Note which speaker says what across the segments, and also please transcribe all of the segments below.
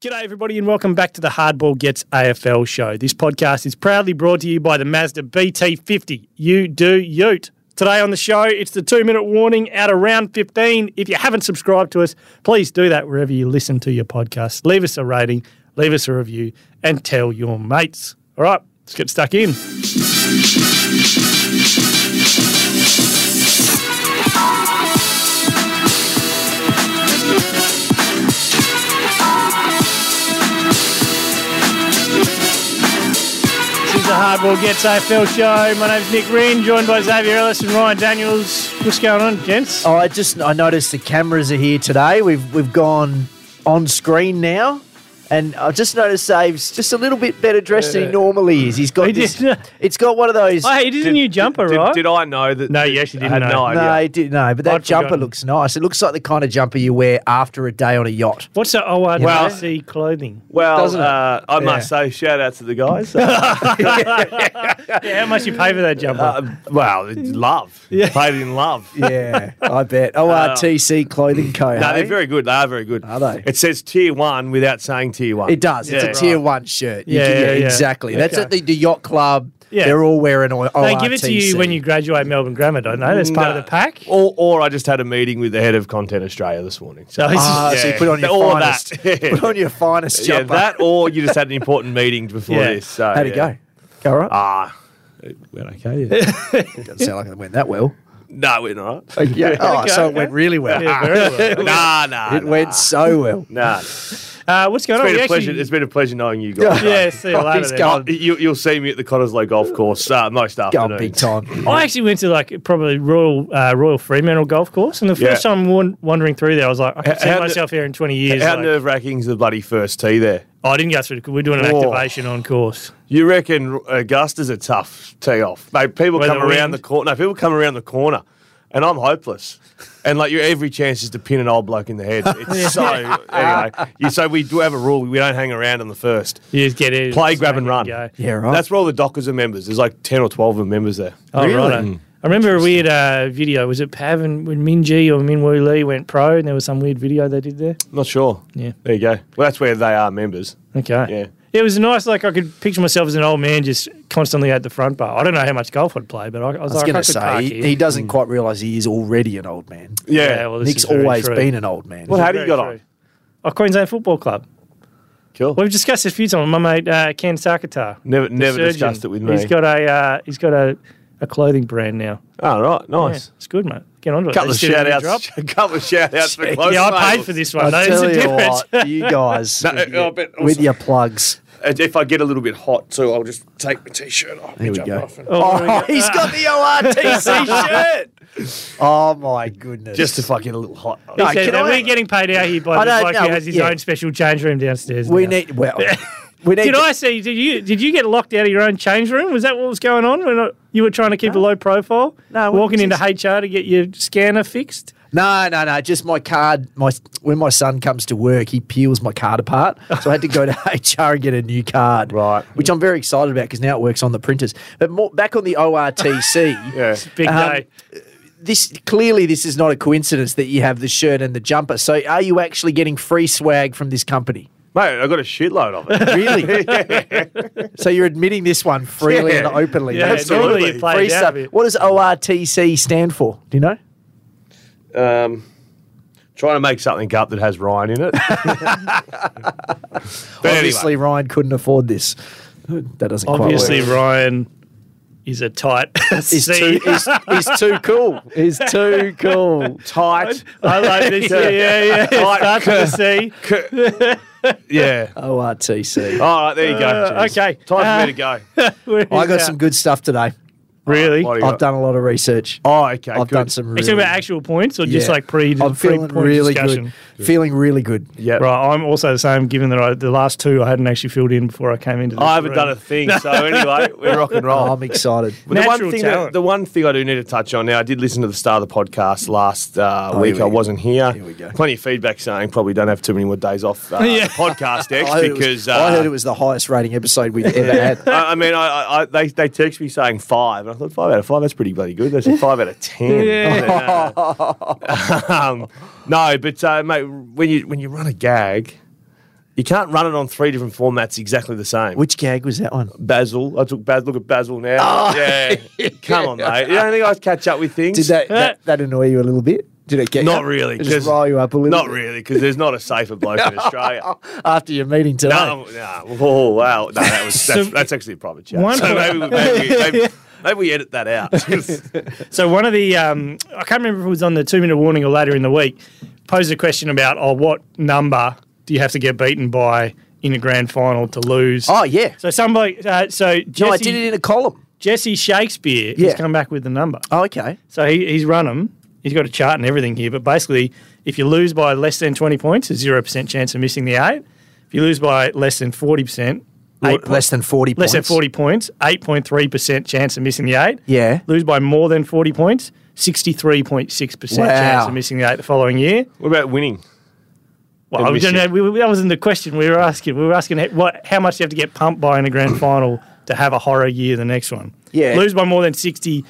Speaker 1: G'day, everybody, and welcome back to the Hardball Gets AFL show. This podcast is proudly brought to you by the Mazda BT50. You do Ute. Today on the show, it's the two minute warning out of round 15. If you haven't subscribed to us, please do that wherever you listen to your podcast. Leave us a rating, leave us a review, and tell your mates. All right, let's get stuck in. This is the Hardball Gets AFL show. My name's Nick Wren, joined by Xavier Ellis and Ryan Daniels. What's going on, gents?
Speaker 2: Oh, I just I noticed the cameras are here today. We've we've gone on screen now, and I just noticed Save's just a little bit better dressed than he normally is. He's
Speaker 1: He
Speaker 2: got this,
Speaker 1: did-
Speaker 2: it's got one of those.
Speaker 1: Oh, hey, it is a new jumper,
Speaker 3: did,
Speaker 1: right?
Speaker 3: Did I know that?
Speaker 1: No, you actually
Speaker 3: I had
Speaker 1: didn't
Speaker 3: no
Speaker 1: know.
Speaker 2: no,
Speaker 3: idea.
Speaker 2: it did no, but that
Speaker 1: I'd
Speaker 2: jumper
Speaker 1: forgotten.
Speaker 2: looks nice. It looks like the kind of jumper you wear after a day on a yacht.
Speaker 1: What's the ORC
Speaker 3: Well-
Speaker 1: clothing?
Speaker 3: Well,
Speaker 2: Doesn't it?
Speaker 3: uh, I must say, shout out to the guys. Uh,
Speaker 1: Yeah, how much you pay for that jumper?
Speaker 3: uh, well, it's love. Played in love.
Speaker 2: Yeah, I bet. Oh, ORTC Clothing Co.
Speaker 3: No,
Speaker 2: hey?
Speaker 3: they're very good. They are very good.
Speaker 2: Are they?
Speaker 3: It says tier one without saying tier one.
Speaker 2: It does. It's
Speaker 3: Yeah.
Speaker 2: a tier one shirt. You
Speaker 1: Yeah,
Speaker 2: can-
Speaker 1: yeah, yeah.
Speaker 2: exactly. That's
Speaker 1: Okay.
Speaker 2: at the, the yacht club.
Speaker 1: Yeah.
Speaker 2: They're all wearing O-
Speaker 1: They
Speaker 2: ORTC.
Speaker 1: give it to you when you graduate Melbourne Grammar, don't they? That's part of
Speaker 3: Uh, No. Uh,
Speaker 1: the pack.
Speaker 3: Or, or I just had a meeting with the head of Content Australia this morning.
Speaker 1: So it's
Speaker 2: Ah,
Speaker 1: just,
Speaker 2: so you
Speaker 3: Yeah.
Speaker 2: put on your
Speaker 3: All of
Speaker 2: finest.
Speaker 3: that.
Speaker 2: put on your finest
Speaker 3: yeah,
Speaker 2: jumper.
Speaker 3: that or you just had an important meeting before
Speaker 1: Yeah.
Speaker 3: this. So,
Speaker 2: How'd it
Speaker 3: Oh, yeah.
Speaker 2: go? Go all right.
Speaker 3: Ah, it went okay. yeah.
Speaker 2: Doesn't sound like it went that well.
Speaker 3: no, it went all right.
Speaker 2: Yeah. Oh, so it went really well. Ah,
Speaker 1: yeah, very well.
Speaker 3: nah, nah.
Speaker 2: It went so well.
Speaker 3: Nah.
Speaker 1: Uh, what's going on?
Speaker 3: It's been
Speaker 1: We
Speaker 3: a pleasure.
Speaker 1: actually-
Speaker 3: It's been a pleasure knowing you guys.
Speaker 1: yeah, see you
Speaker 2: Oh,
Speaker 1: later.
Speaker 2: he's
Speaker 1: then.
Speaker 2: gone.
Speaker 3: You, you'll see me at the Cottesloe Golf Course uh, most
Speaker 2: Gone
Speaker 3: afternoons.
Speaker 2: big time.
Speaker 1: I actually went to like probably Royal uh, Royal Fremantle Golf Course, and the first
Speaker 3: Yeah.
Speaker 1: time wan- wandering through there, I was like, I can see
Speaker 3: how ner-
Speaker 1: myself here in twenty years.
Speaker 3: How
Speaker 1: like-
Speaker 3: nerve wracking's the bloody first tee there?
Speaker 1: oh, I didn't go through. the- We're doing an
Speaker 3: Whoa.
Speaker 1: activation on course.
Speaker 3: You reckon uh, Augusta's a tough tee off? Mate, people
Speaker 1: With
Speaker 3: come
Speaker 1: the
Speaker 3: around
Speaker 1: wind?
Speaker 3: the corner. No, people come around the corner, and I'm hopeless. And like your every chance is to pin an old bloke in the head. It's so anyway. You, so we do have a rule: we don't hang around on the first.
Speaker 1: You just get in,
Speaker 3: Play,
Speaker 1: just
Speaker 3: grab,
Speaker 1: make
Speaker 3: and
Speaker 1: it
Speaker 3: run.
Speaker 1: go.
Speaker 2: Yeah, right.
Speaker 3: That's where all the Dockers are members. There's like ten or twelve of them members there.
Speaker 1: Oh,
Speaker 2: Really?
Speaker 1: righto. I remember a weird uh, video. Was it Pav and when Minji or Minwoo Lee went pro, and there was some weird video they did there?
Speaker 3: I'm not sure.
Speaker 1: Yeah.
Speaker 3: There you go. Well, that's where they are members.
Speaker 1: Okay.
Speaker 3: Yeah.
Speaker 1: It was nice. Like I could picture myself as an old man, just constantly at the front bar. I don't know how much golf I'd play, but I, I was,
Speaker 2: I was
Speaker 1: like, I
Speaker 2: going to
Speaker 1: could park
Speaker 2: say, he,
Speaker 1: here.
Speaker 2: he doesn't quite realise he is already an old man.
Speaker 3: Yeah.
Speaker 1: well, this
Speaker 2: Nick's
Speaker 1: is very
Speaker 2: always
Speaker 1: true.
Speaker 2: been an old man.
Speaker 3: Well,
Speaker 1: This is
Speaker 3: how do you
Speaker 1: very
Speaker 3: got
Speaker 1: true.
Speaker 3: on?
Speaker 1: Oh, Queensland Football Club.
Speaker 3: Cool.
Speaker 1: We've discussed this a few times. My mate uh, Ken Sakatar,
Speaker 3: Never,
Speaker 1: the
Speaker 3: never
Speaker 1: surgeon,
Speaker 3: discussed it with me.
Speaker 1: He's got a uh, he's got a, a clothing brand now.
Speaker 3: oh, right,
Speaker 1: Yeah,
Speaker 3: nice.
Speaker 1: it's good, mate. Get onto it.
Speaker 3: Couple
Speaker 1: Let's
Speaker 3: of
Speaker 1: get a
Speaker 3: shout
Speaker 1: new
Speaker 3: outs. A couple of shout outs for
Speaker 1: drop.
Speaker 3: close.
Speaker 1: Yeah, I paid
Speaker 3: mates.
Speaker 1: for this
Speaker 2: I
Speaker 1: one. No, there's
Speaker 2: tell
Speaker 1: a
Speaker 2: you
Speaker 1: difference.
Speaker 2: what, you guys
Speaker 3: No,
Speaker 2: with,
Speaker 3: oh,
Speaker 2: your,
Speaker 3: but
Speaker 2: with
Speaker 3: also-
Speaker 2: your plugs.
Speaker 3: And If I get a little bit hot too, I'll just take my t-shirt off.
Speaker 2: Here we
Speaker 3: jump
Speaker 2: go.
Speaker 3: off and-
Speaker 1: Oh, there we
Speaker 2: Oh,
Speaker 1: go.
Speaker 2: he's got the ORTC shirt. Oh my goodness!
Speaker 3: Just if I get a little hot.
Speaker 1: He
Speaker 2: No,
Speaker 1: said
Speaker 2: can
Speaker 1: that
Speaker 2: I-
Speaker 1: we're getting paid out here by the
Speaker 2: I don't
Speaker 1: bloke who
Speaker 2: know,
Speaker 1: has his
Speaker 2: yeah.
Speaker 1: own special change room downstairs.
Speaker 2: we
Speaker 1: now.
Speaker 2: need well, we need.
Speaker 1: Did I see? Did you? Did you get locked out of your own change room? Was that what was going on? When uh, you were trying to keep a low profile?
Speaker 2: No, we
Speaker 1: walking into
Speaker 2: just-
Speaker 1: HR to get your scanner fixed.
Speaker 2: No, no, no. Just my card. My when my son comes to work, he peels my card apart. So I had to go to HR and get a new card.
Speaker 3: Right.
Speaker 2: Which I'm very excited about because now it works on the printers. But more, back on the ORTC.
Speaker 3: Yeah.
Speaker 1: Big
Speaker 2: Um,
Speaker 1: day.
Speaker 2: This clearly, this is not a coincidence that you have the shirt and the jumper. So are you actually getting free swag from this company?
Speaker 3: Mate, I got a shitload of it.
Speaker 2: Really? so you're admitting this one freely and
Speaker 3: Yeah.
Speaker 2: openly.
Speaker 1: Yeah,
Speaker 2: That's
Speaker 3: absolutely.
Speaker 1: normally you play
Speaker 2: free
Speaker 1: it down a
Speaker 2: stuff.
Speaker 1: bit.
Speaker 2: What does ORTC stand for? Do you know?
Speaker 3: um, trying to make something up that has Ryan in it. but
Speaker 2: Obviously,
Speaker 3: anyway,
Speaker 2: Ryan couldn't afford this. That doesn't quite work.
Speaker 1: Obviously, Ryan is a tight
Speaker 2: is
Speaker 1: C.
Speaker 2: too is, is too cool. Is too cool. Tight.
Speaker 1: I like this. yeah, yeah, yeah. It starts with a C.
Speaker 3: yeah.
Speaker 2: ORTC.
Speaker 3: All right, there you go.
Speaker 1: Uh,
Speaker 3: Jeez.
Speaker 1: okay.
Speaker 3: Time
Speaker 1: Uh,
Speaker 3: for me to go.
Speaker 1: Where
Speaker 2: I
Speaker 1: is
Speaker 2: got
Speaker 1: that?
Speaker 2: some good stuff today.
Speaker 1: really.
Speaker 3: What do you
Speaker 2: I've
Speaker 3: got?
Speaker 2: done a lot of research.
Speaker 3: Oh, okay.
Speaker 2: I've
Speaker 3: good.
Speaker 2: done some.
Speaker 1: Are you
Speaker 2: Really,
Speaker 1: talking about actual points or just
Speaker 2: yeah.
Speaker 1: like pre?
Speaker 2: I'm feeling
Speaker 1: pre-point
Speaker 2: really
Speaker 1: discussion?
Speaker 2: good. Feeling really good.
Speaker 3: Yeah.
Speaker 1: Right, I'm also the same. Given that I, the last two I hadn't actually filled in before I came into. This
Speaker 3: I haven't
Speaker 1: room.
Speaker 3: done a thing. So anyway, we're rock and roll.
Speaker 2: Oh, I'm excited.
Speaker 3: But the
Speaker 1: Natural
Speaker 3: one thing
Speaker 1: talent.
Speaker 3: that, the one thing I do need to touch on now, I did listen to the start of the podcast last uh,
Speaker 2: Oh, here
Speaker 3: week.
Speaker 2: we
Speaker 3: I
Speaker 2: go.
Speaker 3: wasn't here.
Speaker 2: Here we go.
Speaker 3: Plenty of feedback saying probably don't have too many more days off uh,
Speaker 1: Yeah.
Speaker 3: the podcast X
Speaker 2: I heard, it
Speaker 3: because
Speaker 2: was, I
Speaker 3: uh,
Speaker 2: heard it was the highest rating episode we've ever had.
Speaker 3: I, I mean, I, I, I they they text me saying five, and I thought five out of five. That's pretty bloody good. That's a five out of ten.
Speaker 1: Yeah.
Speaker 3: um, no, but uh, mate, when you when you run a gag, You can't run it on three different formats exactly the same.
Speaker 2: Which gag was that one?
Speaker 3: Basil, I took Basil. Look at Basil now. Oh, Yeah, come on, mate. You don't think I catch up with things?
Speaker 2: Did that, that that annoy you a little bit? Did it get
Speaker 3: Not
Speaker 2: you?
Speaker 3: really,
Speaker 2: Did it Just
Speaker 3: 'cause-
Speaker 2: roll you up a little.
Speaker 3: Not
Speaker 2: bit?
Speaker 3: really, because there's not a safer bloke in Australia.
Speaker 2: After your meeting today.
Speaker 3: No, no. Oh wow, no, that was that's, that's actually a private chat.
Speaker 1: One-
Speaker 3: so maybe, maybe, maybe, maybe we edit that out.
Speaker 1: So one of the um, I can't remember if it was on the two minute warning or later in the week, posed a question about oh what number do you have to get beaten by in a grand final to lose?
Speaker 2: Oh yeah.
Speaker 1: So somebody uh, so Jesse,
Speaker 2: no, I did it in a column.
Speaker 1: Jesse Shakespeare
Speaker 2: Yeah.
Speaker 1: has come back with the number.
Speaker 2: Oh, okay.
Speaker 1: So he, he's run them. He's got a chart and everything here, but basically, if you lose by less than 20 points, a 0% chance of missing the eight. If you lose by less than 40%,
Speaker 2: Eight, less than forty.
Speaker 1: less than
Speaker 2: points.
Speaker 1: 40 points, 8.3% chance of missing the eight.
Speaker 2: Yeah.
Speaker 1: Lose by more than 40 points, 63.6% chance
Speaker 2: Wow.
Speaker 1: of missing the eight the following year.
Speaker 3: What about winning?
Speaker 1: Well,
Speaker 3: And
Speaker 1: I don't
Speaker 3: missing.
Speaker 1: know, we, we- that wasn't the question we were asking. We were asking how- what, how much you have to get pumped by in a grand final to have a horror year the next one.
Speaker 2: Yeah.
Speaker 1: Lose by more than 60,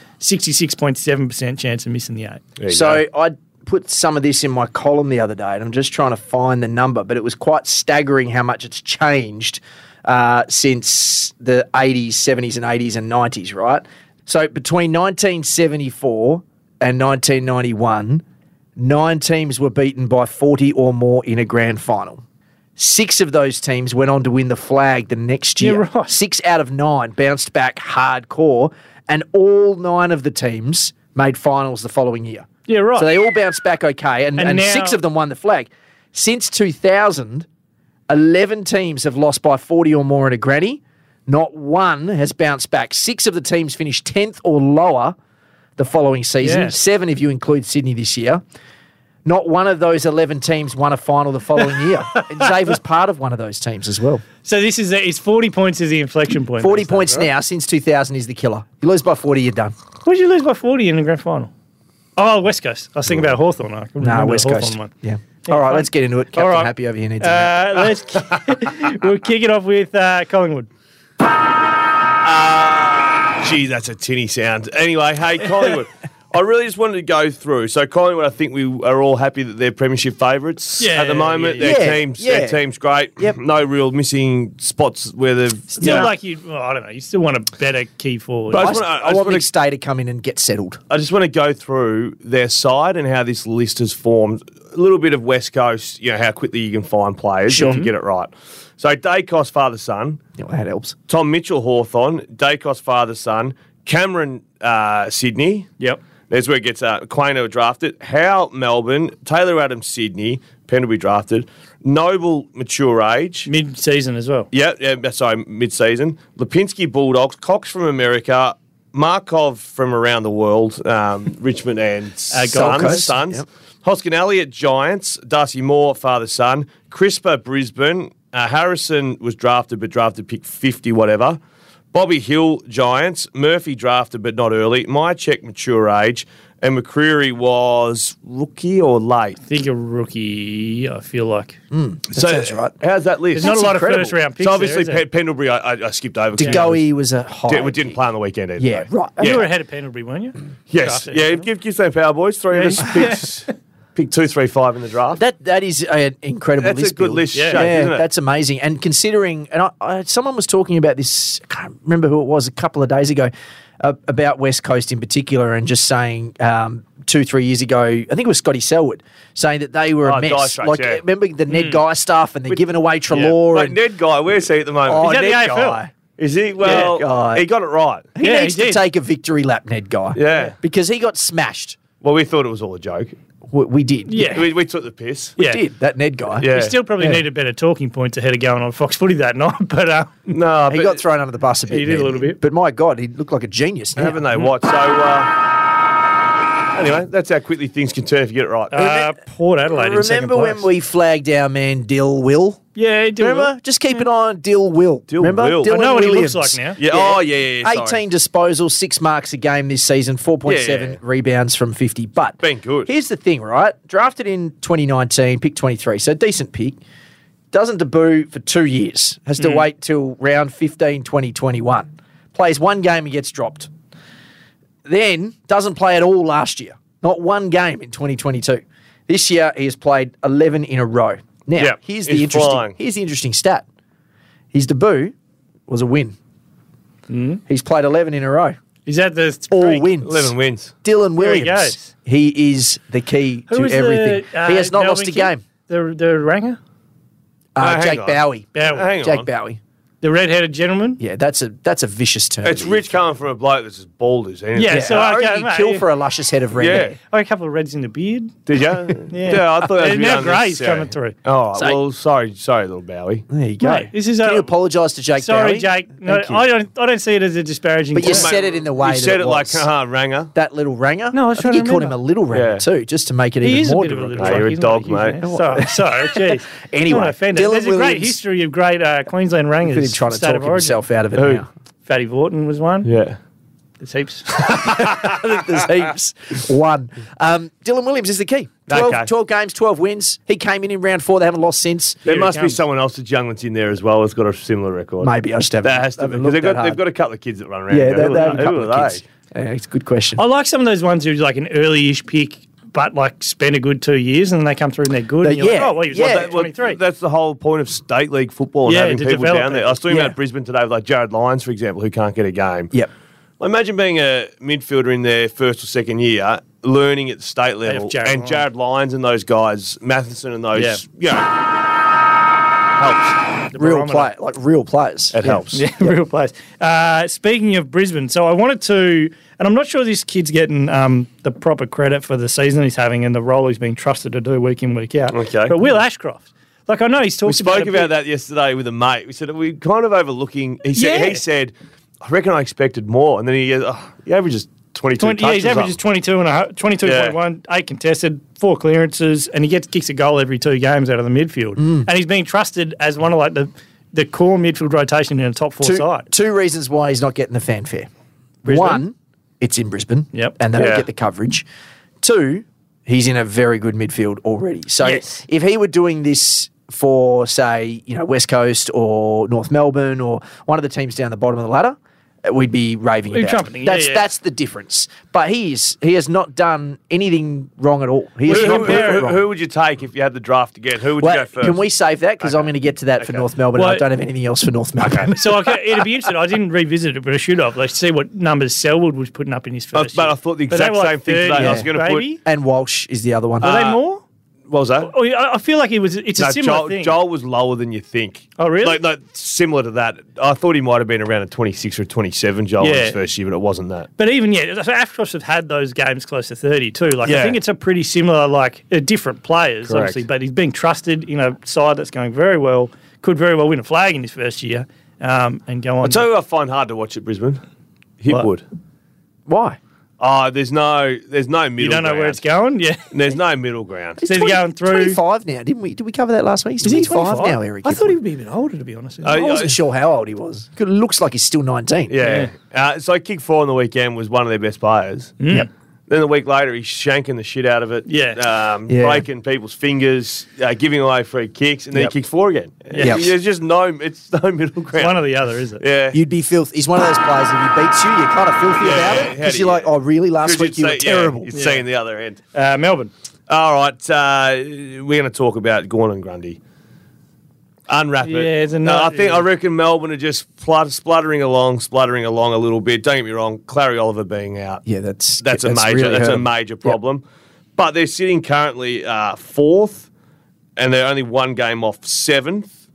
Speaker 1: 66.7% chance of missing the eight.
Speaker 3: There you
Speaker 2: So
Speaker 3: go.
Speaker 2: I put some of this in my column the other day, and I'm just trying to find the number, but it was quite staggering how much it's changed uh, since the 80s, 70s, and 80s and 90s, right? So between 1974 and 1991, nine teams were beaten by 40 or more in a grand final. Six of those teams went on to win the flag the next year.
Speaker 1: Yeah, right.
Speaker 2: Six out of nine bounced back hardcore, and all nine of the teams made finals the following year.
Speaker 1: Yeah, right.
Speaker 2: So they all bounced back okay, and,
Speaker 1: And
Speaker 2: and,
Speaker 1: now-
Speaker 2: six of them won the flag. Since 2000, 11 teams have lost by 40 or more in a granny. Not one has bounced back. Six of the teams finished 10th or lower the following season,
Speaker 1: Yeah.
Speaker 2: seven if you include Sydney this year. Not one of those 11 teams won a final the following year. And Dave was part of one of those teams as well.
Speaker 1: So this is it's forty points is the inflection point.
Speaker 2: 40
Speaker 1: That's that,
Speaker 2: points
Speaker 1: right?
Speaker 2: now since 2000 is the killer. You lose by 40, you're done.
Speaker 1: What did you lose by forty in the grand final? Oh, West Coast. I was thinking about Hawthorn. I couldn't
Speaker 2: Nah,
Speaker 1: remember
Speaker 2: West
Speaker 1: the
Speaker 2: Coast.
Speaker 1: Hawthorn one.
Speaker 2: Yeah. All right,
Speaker 1: fine.
Speaker 2: let's get into it. Captain
Speaker 1: All right.
Speaker 2: Happy over here needs a nap.
Speaker 1: Uh, let's
Speaker 2: Ah.
Speaker 1: ki- we'll kick it off with uh, Collingwood.
Speaker 3: Gee, that's a tinny sound. Anyway, hey Collingwood, I really just wanted to go through. So Collingwood, I think we are all happy that they're premiership favourites
Speaker 1: Yeah,
Speaker 3: at the moment.
Speaker 1: yeah,
Speaker 2: yeah.
Speaker 3: their
Speaker 2: Yeah,
Speaker 3: teams,
Speaker 2: yeah.
Speaker 3: their team's great.
Speaker 2: Yep.
Speaker 3: No real missing spots where they've.
Speaker 1: Still
Speaker 2: Yeah.
Speaker 1: like you, well, I don't know. You still want a better key forward.
Speaker 3: But- I
Speaker 2: I,
Speaker 3: just
Speaker 2: s-
Speaker 3: wanna-
Speaker 2: I
Speaker 3: I just
Speaker 2: want
Speaker 3: wanna-
Speaker 2: Big Stay to come in and get settled.
Speaker 3: I just want to go through their side and how this list has formed. A little bit of West Coast, you know, how quickly you can find players if you get it right. So Dacos, father son.
Speaker 2: You know, that helps.
Speaker 3: Tom Mitchell, Hawthorn, Dacos, father son. Cameron, uh, Sydney.
Speaker 1: yep.
Speaker 3: There's where it gets uh, Quaino drafted. Howe, Melbourne. Taylor Adams, Sydney. Pendlebury drafted. Noble, mature age.
Speaker 1: Mid season as well.
Speaker 3: Yeah, yeah sorry, mid season. Lipinski Bulldogs, Cox from America, Markov from around the world, um, Richmond and
Speaker 1: Uh,
Speaker 3: Suns.
Speaker 1: Gold
Speaker 2: Coast,
Speaker 3: Suns.
Speaker 2: yep.
Speaker 3: Hoskin Elliott, Giants, Darcy Moore, father son, Crisper, Brisbane, uh, Harrison was drafted but drafted pick 50, whatever. Bobby Hill, Giants, Murphy drafted but not early, Mychek, mature age, and McCreary was rookie or late.
Speaker 1: I think a rookie. I feel like
Speaker 2: Mm.
Speaker 3: so
Speaker 2: sounds right.
Speaker 3: how's that
Speaker 1: there's
Speaker 3: list?
Speaker 1: not a lot
Speaker 2: incredible.
Speaker 1: of first round picks.
Speaker 3: So
Speaker 1: there,
Speaker 3: obviously,
Speaker 1: is there?
Speaker 3: Pe- Pendlebury, I, I, I skipped over.
Speaker 2: Degoe was a high.
Speaker 3: Did, we didn't play on the weekend either.
Speaker 2: Yeah,
Speaker 3: though.
Speaker 2: right.
Speaker 1: you
Speaker 3: Yeah.
Speaker 1: were ahead of Pendlebury, weren't you?
Speaker 3: Yes.
Speaker 1: Draft,
Speaker 3: Yeah.
Speaker 1: yeah.
Speaker 3: Give give some power boys. Three of us picks, pick two, three, five in the draft.
Speaker 2: That that is an incredible
Speaker 3: That's
Speaker 2: list.
Speaker 3: a good
Speaker 2: build.
Speaker 3: list,
Speaker 1: Yeah.
Speaker 3: shape,
Speaker 2: Yeah,
Speaker 3: isn't it?
Speaker 2: that's amazing. And considering, and I, I, someone was talking about this. I can't remember who it was a couple of days ago uh, about West Coast in particular, and just saying um, two, three years ago, I think it was Scotty Selwood saying that they were
Speaker 3: Oh,
Speaker 2: a mess.
Speaker 3: Dyche,
Speaker 2: like
Speaker 3: yeah. Mm.
Speaker 2: remember the Ned Guy stuff, and they're giving away Trelaw.
Speaker 3: Like
Speaker 2: and
Speaker 3: Ned Guy, where's he at the moment?
Speaker 2: Oh,
Speaker 1: Is that the
Speaker 2: Ned
Speaker 1: AFL?
Speaker 2: Guy.
Speaker 3: Is he? Well,
Speaker 2: Guy.
Speaker 3: he got it right.
Speaker 2: he
Speaker 1: Yeah,
Speaker 2: needs
Speaker 1: he
Speaker 2: to
Speaker 1: did.
Speaker 2: take a victory lap, Ned Guy.
Speaker 3: Yeah.
Speaker 2: because he got smashed.
Speaker 3: Well, we thought it was all a joke.
Speaker 2: We, we did.
Speaker 1: Yeah.
Speaker 3: We, we took the piss.
Speaker 2: we
Speaker 1: Yeah.
Speaker 2: did. That Ned Guy.
Speaker 3: Yeah.
Speaker 1: You still probably
Speaker 2: Yeah.
Speaker 1: needed better talking points ahead of going on Fox Footy that night, but uh,
Speaker 3: No,
Speaker 2: He
Speaker 3: but
Speaker 2: got thrown under the bus a bit.
Speaker 1: He did a
Speaker 2: man.
Speaker 1: little bit.
Speaker 2: But my God, he looked like a genius. Now.
Speaker 3: haven't they watched? So uh, anyway, that's how quickly things can turn if you get it right.
Speaker 1: uh, Port Adelaide. in second
Speaker 2: Remember when
Speaker 1: place.
Speaker 2: we flagged our man Dill Will?
Speaker 1: Yeah, he did
Speaker 2: Remember?
Speaker 1: well.
Speaker 2: Just keep an eye on Dill Will.
Speaker 3: Dill
Speaker 2: Remember?
Speaker 3: Will. I
Speaker 1: I know what
Speaker 2: Williams.
Speaker 1: he looks like now.
Speaker 3: yeah. Oh yeah. yeah, yeah
Speaker 2: 18 disposals, six marks a game this season, 4.7
Speaker 3: Yeah.
Speaker 2: rebounds from 50. But
Speaker 3: Been good.
Speaker 2: Here's the thing, right? Drafted in 2019, pick 23, so decent pick. Doesn't debut for two years. Has
Speaker 1: Mm.
Speaker 2: to wait till round 15, 2021. Plays one game and gets dropped. Then doesn't play at all last year. Not one game in 2022. This year, he has played 11 in a row. Now,
Speaker 3: Yeah,
Speaker 2: here's
Speaker 3: he's
Speaker 2: the interesting.
Speaker 3: flying.
Speaker 2: Here's the interesting stat. His debut was a win.
Speaker 1: Hmm?
Speaker 2: He's played 11 in a row,
Speaker 1: Is that the
Speaker 2: all
Speaker 1: streak?
Speaker 2: wins.
Speaker 3: 11 wins.
Speaker 2: Dylan
Speaker 1: There he
Speaker 2: Williams.
Speaker 1: goes.
Speaker 2: He, is the key
Speaker 1: Who
Speaker 2: to
Speaker 1: was
Speaker 2: everything.
Speaker 1: The, uh,
Speaker 2: he has not
Speaker 1: Melbourne
Speaker 2: lost a
Speaker 1: kid?
Speaker 2: game.
Speaker 1: The the ranger,
Speaker 2: Uh,
Speaker 3: hang
Speaker 2: Jake
Speaker 3: on.
Speaker 2: Bowie.
Speaker 1: Bowie.
Speaker 3: Hang
Speaker 2: Jake
Speaker 3: on.
Speaker 2: Bowie.
Speaker 1: the red-headed gentleman.
Speaker 2: Yeah, that's a that's a vicious term.
Speaker 3: It's rich coming from a bloke that's as bald as anything.
Speaker 1: Yeah,
Speaker 2: Yeah,
Speaker 1: so
Speaker 2: I
Speaker 1: okay,
Speaker 2: reckon he'd
Speaker 1: mate,
Speaker 2: kill
Speaker 1: yeah.
Speaker 2: for a luscious head of red.
Speaker 3: Yeah.
Speaker 1: Oh, a couple of reds in the beard.
Speaker 3: Did you?
Speaker 1: Yeah.
Speaker 3: I thought that was
Speaker 1: And
Speaker 3: a bit
Speaker 1: now Gray's
Speaker 3: unnecessary.
Speaker 1: coming through.
Speaker 3: All right.
Speaker 2: So-
Speaker 3: well, sorry, sorry, little Bowie.
Speaker 2: There you go.
Speaker 1: Mate, this is
Speaker 2: Can
Speaker 1: a-
Speaker 2: you apologise to Jake
Speaker 1: Sorry,
Speaker 2: Bowie?
Speaker 1: Jake. No,
Speaker 2: Thank you.
Speaker 1: I don't. I don't see it as a disparaging.
Speaker 2: But you
Speaker 1: term.
Speaker 2: said- it in the way
Speaker 3: You
Speaker 2: that
Speaker 3: said
Speaker 2: it
Speaker 3: it, like,
Speaker 2: was.
Speaker 3: uh, ranger.
Speaker 2: that little ranger.
Speaker 1: No, I was
Speaker 2: think
Speaker 1: trying to
Speaker 2: you called him a
Speaker 1: remember.
Speaker 2: little ranger
Speaker 3: Yeah.
Speaker 2: too, just to make it
Speaker 1: He
Speaker 2: even
Speaker 1: is a
Speaker 2: more
Speaker 1: bit of a little.
Speaker 3: Nah,
Speaker 1: drunk,
Speaker 3: you're a
Speaker 1: isn't he?
Speaker 3: dog,
Speaker 1: He's an-
Speaker 3: mate.
Speaker 1: Sorry, sorry, jeez.
Speaker 2: Anyway,
Speaker 1: not offended.
Speaker 2: Dylan
Speaker 1: There's a great
Speaker 2: Williams-
Speaker 1: history of great uh, Queensland Rangers.
Speaker 2: He's trying to
Speaker 1: state
Speaker 2: talk
Speaker 1: of origin.
Speaker 2: himself out of it
Speaker 3: Who?
Speaker 2: now.
Speaker 1: Fatty Vorton was one.
Speaker 3: Yeah.
Speaker 1: There's heaps.
Speaker 2: There's heaps. One. Um, Dylan Williams is the key. 12,
Speaker 3: Okay.
Speaker 2: 12 games, 12 wins. He came in in round four. They haven't lost since.
Speaker 1: Here
Speaker 3: There
Speaker 1: it
Speaker 3: must be
Speaker 1: comes.
Speaker 3: someone else at Younglands in there as well that's got a similar record.
Speaker 2: Maybe I just haven't.
Speaker 3: That has to be.
Speaker 2: haven't
Speaker 3: Because they've
Speaker 2: looked
Speaker 3: got,
Speaker 2: that
Speaker 3: they've got
Speaker 2: hard.
Speaker 3: a couple of kids that run around.
Speaker 2: Yeah,
Speaker 3: Who
Speaker 2: they,
Speaker 3: are
Speaker 2: they have a
Speaker 3: who
Speaker 2: couple
Speaker 3: are
Speaker 2: of
Speaker 3: they?
Speaker 2: kids. Yeah, it's a good question.
Speaker 1: I like some of those ones who's like an early-ish pick, but like spend a good two years and then they come through and they're good.
Speaker 2: They-
Speaker 1: and you're
Speaker 2: yeah,
Speaker 1: like, oh, well, he was
Speaker 2: yeah.
Speaker 1: like
Speaker 2: Well,
Speaker 1: that, 23.
Speaker 3: That's the whole point of state league football and
Speaker 1: Yeah,
Speaker 3: having
Speaker 1: to
Speaker 3: people
Speaker 1: develop
Speaker 3: down there.
Speaker 1: it.
Speaker 3: I was talking
Speaker 2: Yeah.
Speaker 3: about Brisbane today with like Jared Lyons, for example, who can't get a game.
Speaker 2: Yep.
Speaker 3: Well, imagine being a midfielder in their first or second year, learning at the state level,
Speaker 1: Jared
Speaker 3: and
Speaker 1: Lyons.
Speaker 3: Jared Lyons and those guys, Matheson and those,
Speaker 1: Yeah.
Speaker 3: yeah, helps.
Speaker 1: The
Speaker 2: Real
Speaker 1: barometer.
Speaker 2: play, like real players.
Speaker 3: It helps.
Speaker 1: Yeah, real place. Uh, speaking of Brisbane, so I wanted to, and I'm not sure this kid's getting um, the proper credit for the season he's having and the role he's been trusted to do week in week out.
Speaker 3: Okay.
Speaker 1: but Will Ashcroft, like I know he's talked
Speaker 3: We spoke
Speaker 1: about, it,
Speaker 3: about that yesterday with a mate. We said we kind of overlooking. He said
Speaker 1: Yeah.
Speaker 3: he said, I reckon I expected more, and then he goes, oh, he averages twenty two.
Speaker 1: 20, yeah, his average is 22 and a, ho- 22.1, eight contested, four clearances, and he gets kicks a goal every two games out of the midfield.
Speaker 3: Mm.
Speaker 1: And he's being trusted as one of like the, the core midfield rotation in a top four
Speaker 2: two,
Speaker 1: side.
Speaker 2: two reasons why he's not getting the fanfare.
Speaker 1: Brisbane?
Speaker 2: One, it's in Brisbane,
Speaker 1: Yep.
Speaker 2: and they don't
Speaker 3: Yeah.
Speaker 2: get the coverage. Two, he's in a very good midfield already. So
Speaker 1: Yes.
Speaker 2: if he were doing this for, say, you know, West Coast or North Melbourne or one of the teams down the bottom of the ladder, uh, we'd be raving
Speaker 1: We'd be
Speaker 2: about. it.
Speaker 1: trumpeting, yeah,
Speaker 2: That's
Speaker 1: yeah.
Speaker 2: that's the difference. But he is he has not done anything wrong at all. He
Speaker 3: Who,
Speaker 2: has
Speaker 3: who,
Speaker 2: not done it
Speaker 3: who,
Speaker 2: wrong.
Speaker 3: who would you take if you had the draft again? Who would you
Speaker 2: Well,
Speaker 3: go first?
Speaker 2: can we save that? Because I'm going to get to that for North Melbourne. and I
Speaker 1: Well-
Speaker 2: don't have anything else for North Melbourne.
Speaker 1: So I ca- it'd be interesting. I didn't revisit it, but I should have. Let's see what numbers Selwood was putting up in his
Speaker 3: Uh,
Speaker 1: first.
Speaker 3: but
Speaker 1: year.
Speaker 3: I thought the
Speaker 1: But they
Speaker 3: exact
Speaker 1: were
Speaker 3: same thing today. I was going to put.
Speaker 1: maybe?
Speaker 2: and Walsh is the other one.
Speaker 1: Were they more?
Speaker 3: What was that?
Speaker 1: Oh, yeah, I I feel like it was. It's a
Speaker 3: No,
Speaker 1: similar
Speaker 3: Joel,
Speaker 1: thing.
Speaker 3: Joel was lower than you think.
Speaker 1: Oh, really?
Speaker 3: Like, like similar to that. I thought he might have been around a 26 or 27 Joel in
Speaker 1: Yeah.
Speaker 3: his first year, but it wasn't that.
Speaker 1: but even yet, so Ashcross have had those games close to thirty too. Like I
Speaker 3: Yeah.
Speaker 1: think it's a pretty similar, like uh, different players,
Speaker 3: Correct.
Speaker 1: obviously. But he's being trusted in a side that's going very well. Could very well win a flag in his first year, um, and go on.
Speaker 3: So who I find hard to watch at Brisbane, Hipwood.
Speaker 2: Why?
Speaker 3: Oh, there's no, there's no middle.
Speaker 1: you don't know where it's going. Yeah,
Speaker 3: There's no middle ground.
Speaker 1: so he's going through.
Speaker 2: 25 now, didn't we? Did we cover that last week? He's
Speaker 1: Is he
Speaker 2: 25
Speaker 1: 25?
Speaker 2: now, Eric.
Speaker 1: I thought
Speaker 2: Hipwood.
Speaker 1: he would be a bit older, to be honest. with you.
Speaker 3: Uh,
Speaker 2: I wasn't sure how old he was. 'Cause It looks like he's still 19.
Speaker 3: Yeah. Uh, so kick four on the weekend was one of their best players. Yep. Then the week later, he's shanking the shit out of it.
Speaker 1: Yeah.
Speaker 3: Um,
Speaker 2: Yeah.
Speaker 3: Breaking people's fingers, uh, giving away free kicks, and then
Speaker 2: Yep.
Speaker 3: he kicked four again.
Speaker 1: Yep.
Speaker 3: There's just no, it's no middle ground.
Speaker 1: One or the other, is it?
Speaker 3: yeah.
Speaker 2: You'd be filthy. He's one of those players. If he beats you, you're kind of filthy
Speaker 3: Yeah,
Speaker 2: about
Speaker 3: yeah,
Speaker 2: it
Speaker 3: how
Speaker 2: because
Speaker 3: do
Speaker 2: you're
Speaker 3: you-
Speaker 2: like, "Oh, really? Last
Speaker 3: Because
Speaker 2: week you were
Speaker 3: you'd say- yeah,
Speaker 2: terrible."
Speaker 3: you'd say in the other end.
Speaker 1: Uh, Melbourne.
Speaker 3: All right, uh, we're going to talk about Gorn and Grundy. Unwrap it.
Speaker 1: Yeah, it's a
Speaker 3: No,
Speaker 1: nut-
Speaker 3: I think
Speaker 1: yeah.
Speaker 3: I reckon Melbourne are just plut- spluttering along, spluttering along a little bit. Don't get me wrong, Clary Oliver being out.
Speaker 2: Yeah, that's
Speaker 3: that's, a major
Speaker 2: really
Speaker 3: that's
Speaker 2: hurt
Speaker 3: a
Speaker 2: him.
Speaker 3: major problem. But they're sitting currently uh, fourth, and they're only one game off seventh.